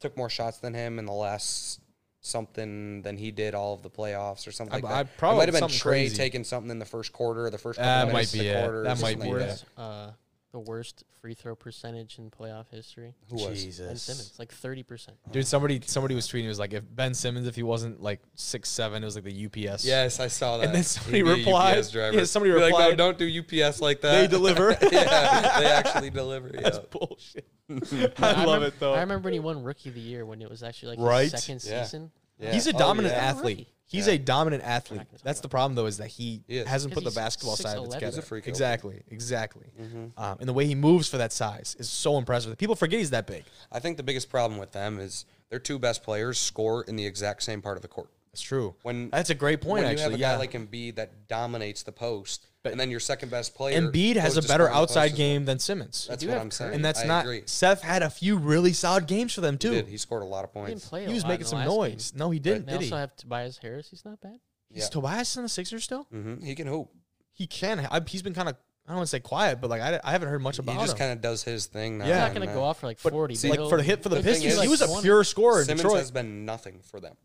S2: took more shots than him in the last something than he did all of the playoffs or something
S1: I-
S2: like
S1: I
S2: that? It
S1: probably-
S2: might have been
S1: something
S2: Trey
S1: crazy.
S2: taking something in the first quarter or the first couple
S1: That
S2: of minutes
S1: might
S2: of
S1: be
S2: the
S1: it.
S2: quarter. or
S1: That might
S2: something
S1: be
S2: like
S1: it.
S2: that.
S3: Worst, uh, the worst free throw percentage in playoff history.
S2: Who was?
S3: Ben Simmons, like thirty percent.
S1: Dude, somebody somebody was tweeting. It was like, if Ben Simmons, if he wasn't like six seven, it was like the UPS.
S2: Yes, I saw that.
S1: And then somebody
S2: He'd be a
S1: replied-
S2: UPS driver.
S1: yeah, somebody
S2: Be like, "No,
S1: replied-
S2: don't do UPS like that.
S1: they deliver.
S2: <laughs> yeah, they actually deliver. Yeah.
S1: <laughs> That's bullshit. <laughs> I love
S3: remem-
S1: it though.
S3: I remember when he won Rookie of the Year when it was actually like
S1: Right?
S3: his second
S2: Yeah.
S3: season.
S2: Yeah.
S1: He's a
S2: Oh,
S1: dominant
S2: yeah.
S1: athlete.
S3: Right.
S1: He's a dominant athlete.
S3: Talking
S1: That's the problem though, is that he
S2: He is.
S1: hasn't put the
S3: Because he's
S1: basketball side of it
S3: 6'11". He's
S1: together.
S3: a
S2: freak athlete.
S1: exactly, exactly.
S2: Mm-hmm.
S1: Um, and the way he moves for that size is so impressive. People forget he's that big.
S2: I think the biggest problem with them is their two best players score in the exact same part of the court.
S1: That's true.
S2: When
S1: that's a great point.
S2: when
S1: actually,
S2: you have a
S1: yeah.
S2: guy like Embiid that dominates the post, and then your second best player
S1: Embiid has a
S2: goes to
S1: better
S2: score on the post
S1: outside
S2: as
S1: game than Simmons.
S2: Well. That's
S3: do
S2: what
S3: have
S2: I'm
S3: Curry.
S2: saying,
S1: and that's
S2: I
S1: not.
S2: Agree.
S1: Seth had a few really solid games for them
S2: He
S1: too.
S2: did. He scored a lot of
S3: He didn't
S2: points.
S3: play.
S1: He was making some noise. No, he didn't.
S3: They
S1: Did
S3: also
S1: he?
S3: have Tobias Harris. He's not bad.
S1: Is
S2: Yeah.
S1: Tobias in the Sixers still?
S2: hmm He can hoop.
S1: He can. I, he's been kind of. I don't want to say quiet, but like I, I haven't heard much
S2: He
S1: about
S2: just
S1: him.
S2: kind of does his thing. Now uh,
S1: Yeah.
S3: He's
S1: I
S3: not going to go
S2: off.
S3: off for like forty.
S1: like
S3: but
S1: for the hit for the
S3: he'll- he'll get
S1: Pistons,
S2: is,
S1: he
S3: like
S1: was a
S3: 20.
S1: pure scorer in
S2: Simmons
S1: Detroit.
S2: has been nothing for them.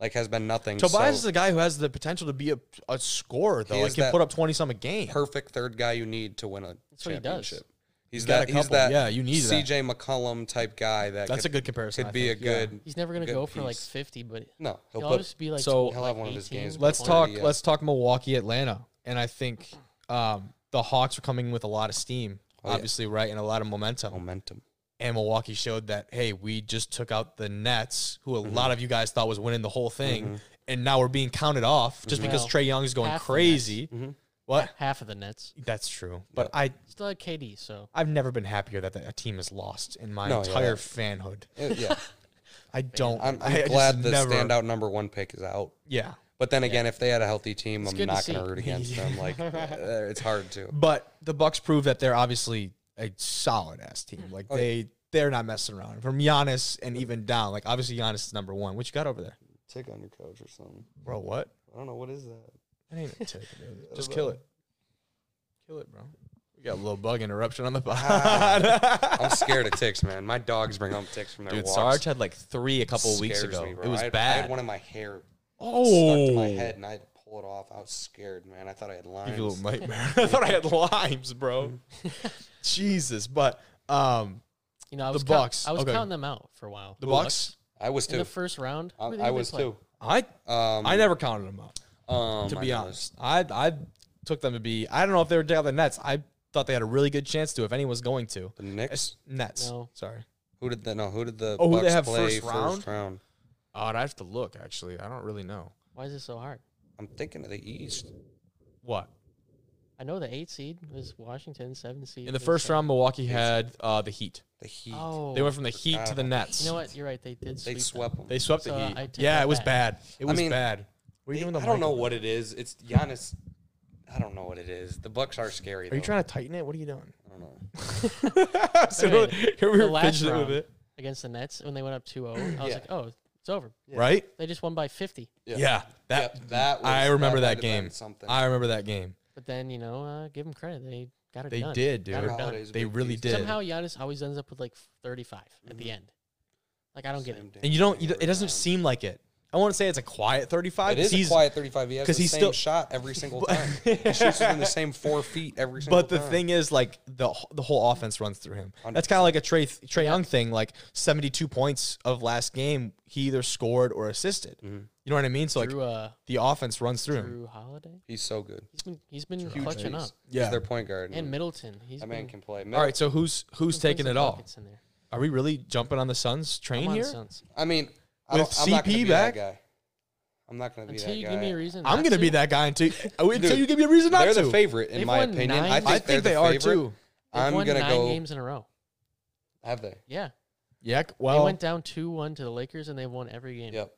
S2: Like has been nothing.
S1: Tobias
S2: so-
S1: is the guy who has the potential to be a, a scorer though.
S2: He
S1: Like
S2: is
S1: can
S2: that
S1: put up twenty some a game.
S2: perfect third guy you need to win a
S3: what he does.
S2: championship. He's
S1: got
S2: that.
S1: a
S2: He's
S1: couple.
S2: that.
S1: Yeah, you need that.
S2: CJ McCollum type guy. That
S1: That's
S2: could-
S1: a good comparison, I
S2: Could be
S1: think,
S2: a
S1: yeah.
S2: good.
S3: He's never going to
S2: good
S3: go for like
S2: piece.
S3: fifty, but
S2: No, he'll
S3: he'll,
S2: put-
S3: always be like.
S1: So-
S2: He'll
S3: like
S2: have one of his
S3: 18,
S2: games where
S1: Let's
S2: Or-
S3: 20.
S1: talk.
S2: yeah.
S1: Let's talk Milwaukee, Atlanta, and I think um, the Hawks are coming with a lot of steam,
S2: Oh, yeah.
S1: obviously, right, and a lot of momentum.
S2: momentum.
S1: and Milwaukee showed that hey, we just took out the Nets, who a
S2: Mm-hmm.
S1: lot of you guys thought was winning the whole thing, and now we're being counted off just because
S3: Well,
S1: Trey Young is going
S3: half the
S1: crazy.
S2: Mm-hmm.
S1: What?
S3: half of the Nets.
S1: That's true, but I
S3: Still had KD, so
S1: I've never been happier that a team is lost in my
S2: No, yeah,
S1: entire
S2: that-
S1: fanhood.
S2: Uh,
S1: <laughs>
S2: Yeah,
S1: I don't.
S2: I'm,
S1: I- I
S2: I'm
S1: just
S2: glad the
S1: never-
S2: standout number one pick is out.
S1: Yeah,
S2: But then again, if they had a healthy team, I'm
S3: good to
S2: not going to
S3: see.
S2: root against them.
S3: <laughs>
S2: Like uh, it's hard to.
S1: but the Bucks prove that they're obviously a solid ass
S3: Mm.
S1: team. Like
S2: Oh,
S1: they they're not messing around from Giannis and even down. Like obviously Giannis is number one. What you got over there,
S2: Tick on your coach or something.
S1: bro? What?
S2: I don't know what is that.
S1: That ain't a tick, dude. Just kill it. Kill it, bro. We got a little bug interruption on the
S2: <laughs>
S1: pod.
S2: I'm scared of ticks, man. My dogs bring home ticks from their
S1: Dude,
S2: Ah. walks.
S1: Sarge had like three a couple
S2: Scares
S1: of weeks ago.
S2: me, bro.
S1: it was
S2: I had, I
S1: bad.
S2: had one in my hair
S1: oh,
S2: stuck to my head, and I had to pull it off. I was scared, man. I thought I had
S1: Give you a
S2: lines.
S1: little nightmare. <laughs> I thought I had limes,
S2: <laughs>
S1: bro. Jesus, but um,
S3: you know I was count-
S1: Bucks.
S3: I was
S1: Okay.
S3: counting them out for a while.
S1: the Bucks.
S2: I was
S3: in the
S2: too.
S3: first round.
S2: I,
S3: who do you
S2: I
S3: think they
S2: was
S3: played?
S2: too.
S1: I
S2: Um,
S1: I never counted them out.
S2: Um,
S1: to
S2: on
S1: be
S2: the
S1: honest. I I took them to be. I don't know if they were down the Nets. I thought they had a really good chance to if anyone was going to.
S2: list. the Knicks.
S1: It's Nets.
S3: No.
S1: Sorry.
S2: Who did the no? Who did the
S1: Oh, who
S2: Bucks
S1: they have
S2: play
S1: first round?
S2: round?
S1: Oh, I'd have to look. Actually, I don't really know
S3: Why is it so hard?
S2: I'm thinking of the East.
S1: what.
S3: I know the eight seed was Washington, seven seed.
S1: In the
S3: was
S1: first
S3: San-
S1: round, Milwaukee had uh, the Heat.
S2: The Heat.
S3: Oh,
S1: They went from the Heat to the
S2: about
S1: Nets.
S3: You know what? You're right. They did.
S2: they
S3: sweep them.
S2: swept them.
S1: They swept
S3: So,
S1: the Heat.
S3: I take
S1: yeah,
S3: that
S1: it was bad. It was
S2: mean,
S1: bad. What are you doing?
S2: I
S1: with the
S2: don't
S1: mic
S2: know
S1: over
S2: what it is. It's Giannis. I don't know what it is. The Bucks are scary.
S1: there? Are you
S2: though.
S1: trying to tighten it? What are you doing? <laughs>
S2: I don't know.
S1: so
S3: Anyway,
S1: here we
S3: the
S1: were
S3: last
S1: fidgeting with
S3: round.
S1: it,
S3: against the Nets when they went
S1: <clears throat>
S3: up 2-0. I was
S2: Yeah.
S3: like, oh, it's over.
S1: right?
S3: They just won by 50.
S1: Yeah.
S2: Yeah.
S1: that
S2: Yep, that was-
S1: I remember
S2: that
S1: that,
S2: might have
S1: game.
S2: been something.
S1: I remember that game.
S3: But then you know, uh, give them credit. They got it.
S1: They
S3: done.
S1: did,
S3: Got it
S1: dude.
S3: done.
S2: Holidays,
S1: They
S2: big
S1: really
S2: piece.
S1: did.
S3: Somehow Giannis always ends up with like 35 at
S1: Mm-hmm.
S3: the end. Like I don't get
S2: Same
S3: it.
S2: damn
S1: And you don't.
S2: thing
S1: You, don't- it
S2: every
S1: doesn't
S2: time.
S1: seem like it. I want to say it's a quiet thirty-five.
S2: It is a
S1: he's-
S2: quiet 35. He has
S1: 'cause
S2: the
S1: he's
S2: same
S1: still-
S2: shot
S1: <laughs>
S2: every single time. he shoots within the same four feet every single
S1: But
S2: time.
S1: the thing is, like the wh- the whole offense runs through him. That's kind of like a Trey Trey Young thing. Like seventy-two points of last game, he either scored or assisted.
S2: Mm-hmm.
S1: You know what I mean? So like hmm.
S3: Drew uh,
S1: the offense runs through him.
S3: Drew Holiday.
S2: he's so good.
S3: He's been he's been clutching up.
S2: He's,
S1: Yeah.
S2: he's their point guard.
S3: And Middleton. He's
S2: that man
S3: been
S2: can play.
S1: All right, so who's who's taking it all?
S3: In there.
S1: Are we really jumping on the Suns train
S3: Come on,
S1: here?
S3: Suns.
S2: I mean, I
S1: With
S2: don't, I'm not
S1: CP
S2: gonna be
S1: back?
S2: that guy. I'm not going to be
S3: Until
S2: that
S3: you
S2: guy.
S3: give me a reason.
S1: I'm
S3: not
S1: gonna be
S3: to,
S1: that guy
S3: <laughs>
S1: until uh, until
S2: Dude,
S1: you give me a reason not
S2: they're
S1: to.
S2: the favorite in
S3: They've
S2: my
S3: won
S2: opinion.
S3: nine
S2: I think,
S1: I think
S2: they're
S1: they
S2: the
S1: are
S2: favorite.
S1: too.
S3: They've
S2: I'm
S3: won
S2: going to
S3: nine
S2: go.
S3: games in a row.
S2: Have they?
S3: Yeah,
S1: Yeah.
S3: they
S1: Well,
S3: went down two one to the Lakers and they've won every game
S2: Yep.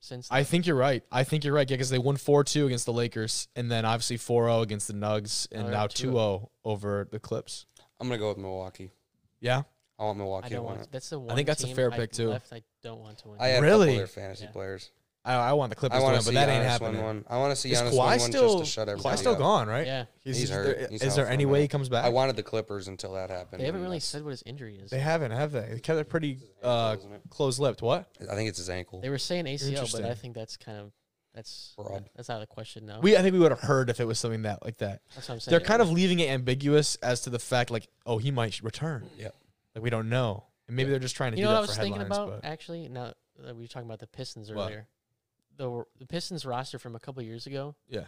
S3: since.
S1: I think you're right. I think you're right. Yeah, because they won 4 2 against the Lakers, and then obviously 4 0 against the Nugs, and
S3: they're
S1: now
S3: up
S1: 2
S3: 2-0.
S1: 0 over the Clips.
S2: I'm going to go with Milwaukee.
S1: Yeah.
S2: I want Milwaukee
S3: I
S2: to
S3: don't
S2: win
S3: want.
S2: it.
S3: That's the one.
S1: think that's a
S3: team
S1: fair
S3: I
S1: pick, too.
S3: Left, I don't want to win.
S2: I have a
S1: Really?
S2: couple of their fantasy
S3: Yeah.
S2: players.
S1: I, I want the Clippers
S2: I
S1: to
S2: want
S1: win,
S2: to
S1: but
S2: see
S1: that
S2: Giannis
S1: ain't
S2: win
S1: happening.
S2: one. I want to see
S1: Is
S2: Giannis win
S1: Kawhi
S2: one just
S1: still,
S2: to shut everybody
S1: Kawhi still
S2: up.
S1: gone, right?
S3: Yeah.
S1: He's,
S2: He's hurt.
S1: there-
S2: He's
S1: is
S2: out
S1: there
S2: for a
S1: any way he
S2: minute.
S1: comes back?
S2: I wanted the Clippers until that happened.
S3: They haven't
S2: and
S3: really
S2: that's-
S3: said what his injury is.
S1: they haven't, have they? They kept it pretty uh,
S2: isn't it?
S1: closed lipped. What?
S2: I think it's his ankle.
S3: They were saying ACL, but I
S1: Interesting.
S3: think that's kind of that's
S2: Broad.
S3: that's out of the question now.
S1: We I think we would have heard if it was something that like that.
S3: that's what I'm saying.
S1: They're kind of leaving it ambiguous as to the fact, like, oh, he might return.
S2: Yep.
S1: Like we don't know, and maybe they're just trying to
S3: you
S1: do
S3: know what I
S1: that
S3: was
S1: for
S3: thinking
S1: headlines.
S3: about
S1: but
S3: actually. Now that we were talking about the Pistons
S1: What?
S3: earlier, the the Pistons roster from a couple years ago,
S1: yeah,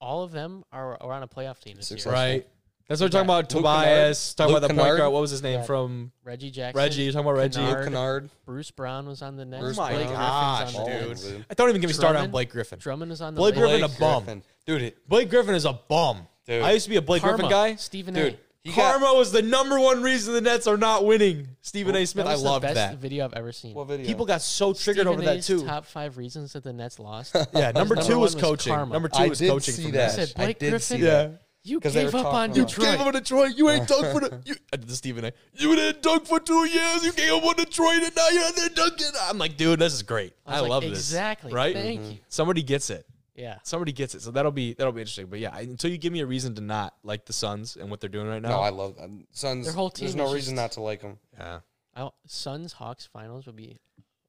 S3: all of them are, are on a playoff team this year.
S2: Success.
S1: right. That's what we're talking
S3: Yeah.
S1: about.
S2: Luke
S1: Tobias talking
S2: Luke
S1: about the point
S2: Kennard.
S1: guard. What was his name
S3: Yeah.
S1: from
S3: Reggie Jackson,
S1: Reggie? You're talking about Reggie.
S3: Kennard.
S2: Luke Kennard.
S3: Bruce Brown was on the Nets.
S2: Bruce
S1: Oh my
S3: Blake Griffin's
S1: gosh,
S3: on the
S2: dude.
S3: Nets.
S1: I don't even get me started on
S3: Drummond?
S1: Blake Griffin.
S3: Drummond was on the
S1: Blake
S3: Blake
S1: Griffin a bum.
S2: Griffin. Dude, it,
S1: Blake Griffin is a bum.
S2: Dude.
S1: I used to be a Blake Griffin guy.
S3: Stephen
S2: dude,
S3: A.
S2: he got-
S1: Karma was the number one reason the Nets are not winning. Stephen A. Smith,
S3: That
S1: I
S3: was the
S1: loved
S3: best
S1: that.
S3: video I've ever seen.
S2: What video?
S1: People got so triggered
S3: Stephen
S1: over that
S3: A's
S1: too.
S3: Top five reasons that the
S1: <laughs>
S3: Nets lost. Oh,
S1: Yeah,
S3: His
S1: number two
S3: one
S1: was coaching.
S3: karma.
S1: Number two
S2: I
S1: was
S2: did
S1: coaching
S2: see
S1: from
S2: that.
S1: Nets.
S3: Said
S2: I
S3: Blake
S2: did
S3: Griffin.
S2: see
S1: Yeah.
S2: that.
S3: you
S2: 'Cause they
S3: gave
S2: were
S3: up on
S2: talking about-
S1: You gave
S3: Detroit.
S1: up on Detroit. You ain't dunk for <laughs> the. You, I did the Stephen A. You ain't had dunk for two years. You gave up on Detroit, and now you're out there dunking. I'm like, dude, this is great. I,
S3: was like,
S1: love this.
S3: exactly.
S1: Right? Mm-hmm.
S3: Thank Mhm. you.
S1: Somebody gets it.
S3: Yeah.
S1: Somebody gets it. So that'll be that'll be interesting. But yeah, I, until you give me a reason to not like the Suns and what they're doing right now.
S2: No, I love um, Suns.
S3: Their whole
S2: There's
S3: team
S2: no
S3: is
S2: reason
S3: just-
S2: not to like him.
S1: yeah.
S3: I, Suns Hawks finals would be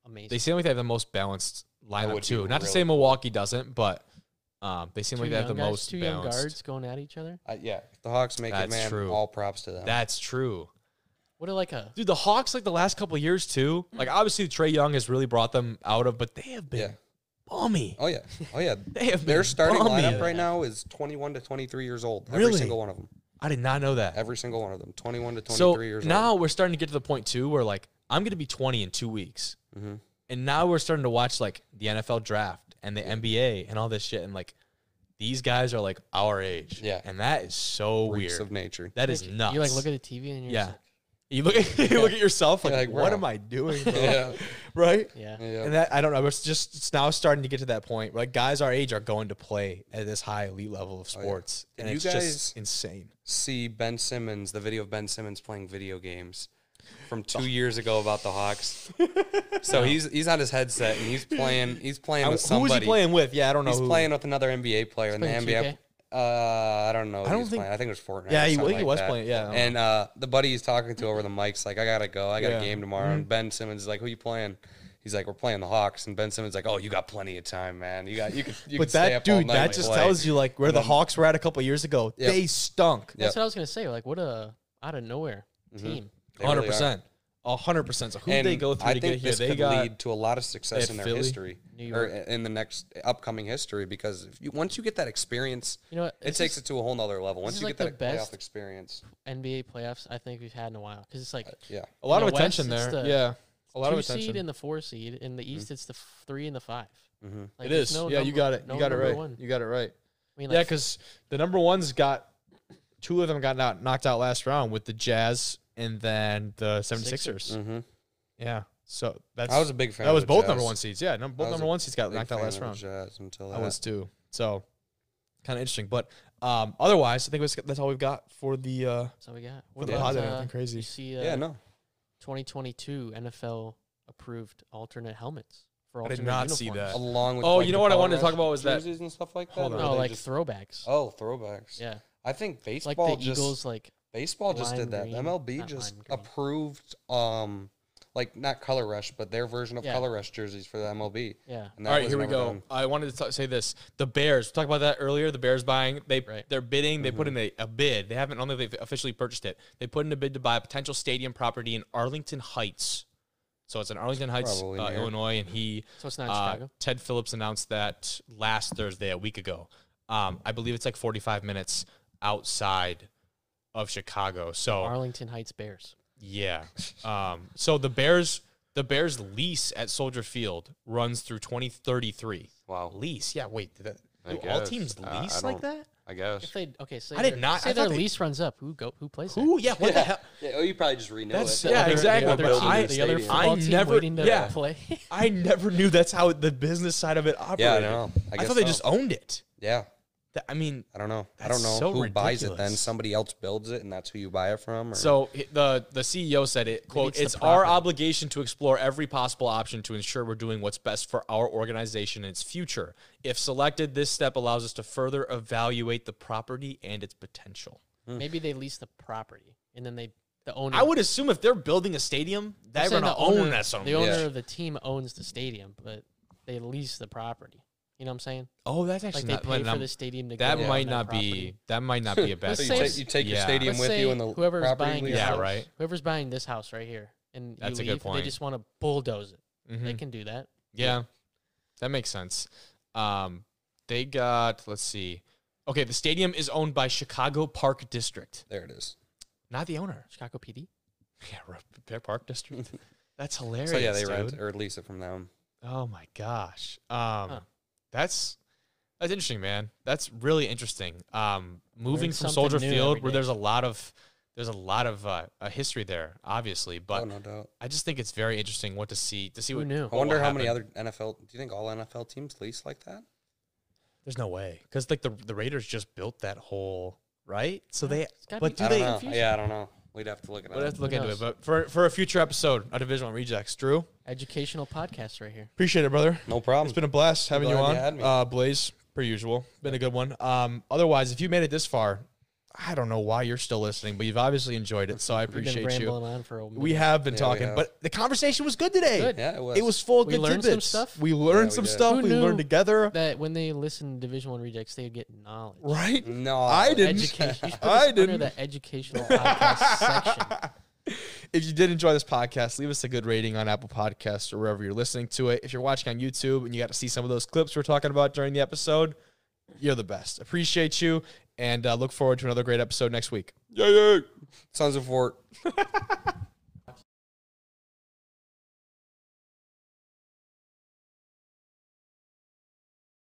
S3: amazing.
S1: They seem like they have the most balanced lineup
S2: would be
S1: too. Not to
S2: really
S1: say Milwaukee doesn't, but um, they seem
S3: two
S1: like they have the
S3: young guys,
S1: most
S3: two young
S1: balanced.
S3: guards going at each other.
S2: Uh, yeah, if the Hawks make
S1: That's
S2: it, man.
S1: true.
S2: All props to them.
S1: That's true.
S3: What a like a
S1: Dude, the Hawks like the last couple of years too. Like obviously Trey Young has really brought them out of, but they have been
S2: Yeah.
S1: bummy.
S2: oh yeah, oh yeah.
S1: They have
S2: Their
S1: been
S2: starting
S1: bummy.
S2: lineup right now is 21 to 23 years old. Every
S1: Really?
S2: single one of them.
S1: I did not know that.
S2: Every single one of them. 21 to 23
S1: So
S2: years
S1: now
S2: old.
S1: we're starting to get to the point too where like I'm gonna be 20 in two weeks,
S2: Mm-hmm.
S1: and now we're starting to watch like the NFL draft and the NBA and all this shit, and like these guys are like our age.
S2: Yeah.
S1: and that is so
S2: Freaks
S1: weird.
S2: of nature.
S1: that <laughs> is nuts.
S3: you like look at the TV and you're
S1: yeah.
S3: just
S1: You look at <laughs> you look at yourself like,
S2: You're like,
S1: what
S2: bro.
S1: am I doing, bro?
S2: <laughs> yeah,
S1: <laughs> Right?
S3: like, yeah.
S2: yeah.
S1: And that I don't know. It's just it's now starting to get to that point. Where like guys our age are going to play at this high elite level of sports,
S2: Did
S1: and
S2: Oh, you
S1: it's
S2: guys-
S1: just insane.
S2: see Ben Simmons, the video of Ben Simmons playing video games from two years ago about the Hawks. so he's he's on his headset and he's playing he's playing
S1: Who
S2: with
S1: is
S2: somebody.
S1: he playing with? Yeah, I don't know.
S2: He's
S1: who.
S2: playing with another NBA player in the
S3: playing
S2: NBA. Uh, I don't know. I
S1: don't
S2: he's
S1: think-
S2: Playing. I think it was Fortnite.
S1: Yeah,
S2: or
S1: he- I
S2: something
S1: think he
S2: like
S1: was
S2: that.
S1: playing, yeah, I don't
S2: and uh, the buddy he's talking to over the mic's like, "I gotta go. I got
S1: Yeah. Mm-hmm.
S2: a game tomorrow." And Ben Simmons is like, "Who you playing?" He's like, "We're playing the Hawks." And Ben Simmons is like, "Oh, you got plenty of time, man. You got you could you
S1: But
S2: could stay
S1: that
S2: up all
S1: dude,
S2: night
S1: that
S2: and
S1: just
S2: play."
S1: tells you like where the Hawks were at a couple years ago.
S2: Yep.
S1: They stunk.
S2: Yeah.
S3: That's what I was gonna say. Like what a out of nowhere team.
S1: Mm-hmm.
S2: They really
S1: Hundred
S2: are.
S1: percent. hundred percent. So who
S2: and
S1: they go through
S2: I
S1: to
S2: think
S1: get here?
S2: this
S1: They
S2: could
S1: got
S2: lead to a lot of success
S1: at
S2: in their
S1: Philly,
S2: history
S3: New
S2: or in the next upcoming history because if you, once you get that experience,
S3: You know what?
S2: it
S3: This
S2: takes
S3: is-
S2: it to a whole nother level. Once
S3: is
S2: you
S3: like
S2: get that
S3: the best-
S2: playoff experience,
S3: NBA playoffs I think we've had in a while because it's
S1: Uh,
S3: like
S2: yeah,
S1: a lot
S3: in
S1: of
S3: the
S1: attention
S3: West, it's
S1: there.
S3: the
S1: yeah, a lot
S3: two
S1: of attention. Mm-hmm.
S3: seed and the four seed. In the East, it's the f- three and the five.
S2: Mhm.
S3: Like,
S1: it
S3: there's
S1: is.
S3: no
S1: yeah, you
S3: number-
S1: got it.
S3: no
S1: you got it
S3: number
S1: right.
S3: one.
S1: You got it right.
S3: I mean,
S1: yeah,
S3: like,
S1: because the number ones got two of them got knocked, knocked out last round with the Jazz and then the 76ers.
S2: mm-hmm.
S1: Yeah. So that's
S2: I was a big fan.
S1: that
S2: of
S1: was
S2: the
S1: both
S2: Jazz.
S1: number one seeds. Yeah, num- both
S2: was
S1: number
S2: a
S1: one seeds got
S2: Big
S1: knocked out
S2: fan
S1: last
S2: of the
S1: round.
S2: Jazz until
S1: I
S2: that.
S1: was too. So kind of interesting. But um, otherwise, I think that's- that's all we've got for the uh,
S3: that's all we got.
S1: for
S3: What
S1: the
S3: about,
S1: pod. today.
S3: uh,
S1: Nothing
S3: you
S1: crazy.
S3: see, uh,
S2: yeah, no,
S3: 2022 NFL approved alternate helmets for
S1: I
S3: alternate
S1: did not
S3: uniforms.
S1: see that.
S2: along with
S1: Oh,
S2: like,
S1: you
S2: the
S1: know what I
S2: color
S1: wanted to talk
S2: rush
S1: about was that-
S2: jerseys and stuff like that.
S1: Hold
S2: or
S1: on.
S2: were
S3: No,
S2: they
S3: Oh, like
S2: just-
S3: throwbacks.
S2: oh, throwbacks.
S3: Yeah,
S2: I think
S3: it's like
S2: baseball
S3: the
S2: just
S3: Eagles. Like
S2: Baseball just did
S3: lime
S2: that.
S3: green,
S2: MLB
S3: not
S2: just
S3: lime green.
S2: approved, um, like not color rush, but their version of
S3: Yeah.
S2: color rush jerseys for the MLB.
S3: yeah,
S2: And that
S1: All right,
S2: was
S1: here we
S2: never
S1: go.
S2: done.
S1: I wanted to t- say this: the Bears. We talked about that earlier. The Bears buying. They
S3: Right.
S1: they're bidding. They
S2: Mm-hmm.
S1: put in a, a bid. They haven't. I don't think they've officially purchased it. They put in a bid to buy a potential stadium property in Arlington Heights. So it's in Arlington Heights,
S2: Probably
S1: uh,
S2: near.
S1: Illinois, and he
S3: So it's not
S1: uh,
S3: Chicago?
S1: Ted Phillips announced that last Thursday, a week ago. Um, I believe it's like 45 minutes outside of Chicago. So
S3: Arlington Heights Bears.
S1: yeah. Um, so the Bears, the Bears lease at Soldier Field runs through 2033.
S4: Wow.
S1: Lease? Yeah. Wait. Did that,
S4: I
S1: do all
S4: guess.
S1: teams
S4: I- I
S1: lease like
S4: don't-
S1: that?
S4: I guess.
S3: If they okay, say
S1: I did
S3: their-
S1: not-
S3: say
S1: I thought
S3: their
S1: they-
S3: lease runs up. Who go? Who plays? there?
S1: Who? Yeah. What the hell?
S4: Yeah, oh, you probably just renew
S1: That's
S4: it.
S1: yeah,
S3: other-
S1: exactly.
S3: The other,
S1: but
S3: team-
S1: I,
S3: the other
S1: I
S3: football team
S1: never,
S3: waiting to
S1: yeah,
S3: play.
S1: I never knew that's how the business side of it operated.
S2: Yeah, I know. I,
S1: I,
S2: guess
S1: thought they
S2: so.
S1: just owned it.
S2: Yeah,
S1: That- I mean,
S2: I don't know. I
S1: That's
S2: don't know
S1: so
S2: who buys it. Then
S1: ridiculous.
S2: somebody else builds it, and that's who you buy it from. Or,
S1: So it- the the CEO said it quote
S3: it's the
S1: it's, our
S3: property."
S1: obligation to explore every possible option to ensure we're doing what's best for our organization and its future. If selected, this step allows us to further evaluate the property and its potential.
S3: <laughs> Maybe they lease the property and then they the owner.
S1: I would assume if they're building a stadium,
S3: I'm
S1: they're
S3: saying
S1: going to
S3: the
S1: own
S3: owner-
S1: that something.
S3: The owner
S2: Yeah.
S3: of the team owns the stadium, but they lease the property. You know what I'm saying?
S1: oh, that's
S3: Like
S1: actually
S3: they
S1: not, might
S3: pay for
S1: not-
S3: the stadium to
S1: that
S3: go on
S1: might
S3: their
S1: not
S3: property.
S1: be that might not be
S2: <laughs>
S3: <laughs>
S1: a bad
S2: so
S3: Let's
S2: you
S3: say-
S2: take, you take your
S1: Yeah.
S2: stadium
S3: Let's
S2: with
S3: say
S2: you, and the
S3: whoever's
S2: property
S3: buying
S2: lease
S3: your
S1: Yeah,
S3: house,
S2: out.
S1: right.
S3: Whoever's buying this house right here, and
S1: That's a
S3: you
S1: good
S3: leave,
S1: point.
S3: They just want to bulldoze it. They
S1: Mhm.
S3: can do that.
S1: Yeah, that makes sense. Um, they got let's see. Okay, the stadium is owned by Chicago Park District,
S2: There it is.
S1: not the owner. <laughs>
S3: Chicago PD.
S1: Yeah, Ro- Bear Park
S3: <laughs>
S1: District. That's hilarious.
S2: so yeah, they
S1: dude.
S2: rent or lease it from them.
S1: Oh my gosh. Um,
S3: Huh.
S1: that's that's interesting, man. That's really interesting. Um, moving
S3: Learn
S1: from
S3: something
S1: Soldier
S3: new
S1: Field,
S3: every
S1: where
S3: day.
S1: there's a lot of there's a lot of uh, a history there, obviously, but
S2: oh no doubt.
S1: I just think it's very interesting what to see to see
S3: Who
S1: what.
S3: knew?
S2: I
S1: will
S2: wonder how many other
S1: happen.
S2: NFL. Do you think all NFL teams lease like that?
S1: There's no way because like the the Raiders just built that whole right, so they
S3: It's gotta
S1: but
S3: be
S1: do
S2: I
S1: they?
S2: don't know.
S3: confusing?
S2: Yeah, I don't know. We'd have to look at
S1: We'll
S2: it.
S1: have
S2: up.
S1: to look
S3: Who
S1: into it,
S3: knows?
S1: but for for a future episode, a Division One rejects. Drew,
S3: Educational podcast right here.
S1: appreciate it, brother.
S2: No problem.
S1: It's been a blast having you
S2: glad
S1: on,
S2: you had me.
S1: uh, Blaze, per usual. Been a good one. Um, otherwise, if you made it this far, I don't know why you're still listening, but you've obviously enjoyed it, so I
S3: We've been
S1: appreciate you.
S3: rambling on for a
S1: We
S3: minute.
S1: have been
S2: Yeah, we
S1: talking,
S2: have.
S1: but the conversation was good today.
S3: Good.
S2: yeah, it was.
S1: It was full of
S3: We
S1: good
S3: learned some
S1: tidbits.
S3: stuff.
S1: We learned
S2: we
S1: some
S2: did.
S1: stuff.
S3: Who
S1: we
S3: knew
S1: learned together,
S3: that when they listen to Division One rejects, they'd get knowledge.
S1: right?
S2: No,
S1: I didn't.
S3: Education. You should
S1: <laughs>
S3: put
S1: I
S3: us under
S1: didn't.
S3: the educational podcast section.
S1: If you did enjoy this podcast, leave us a good rating on Apple Podcasts or wherever you're listening to it. If you're watching on YouTube and you got to see some of those clips we're talking about during the episode, you're the best. Appreciate you and uh, look forward to another great episode next week.
S2: Sons of Fort.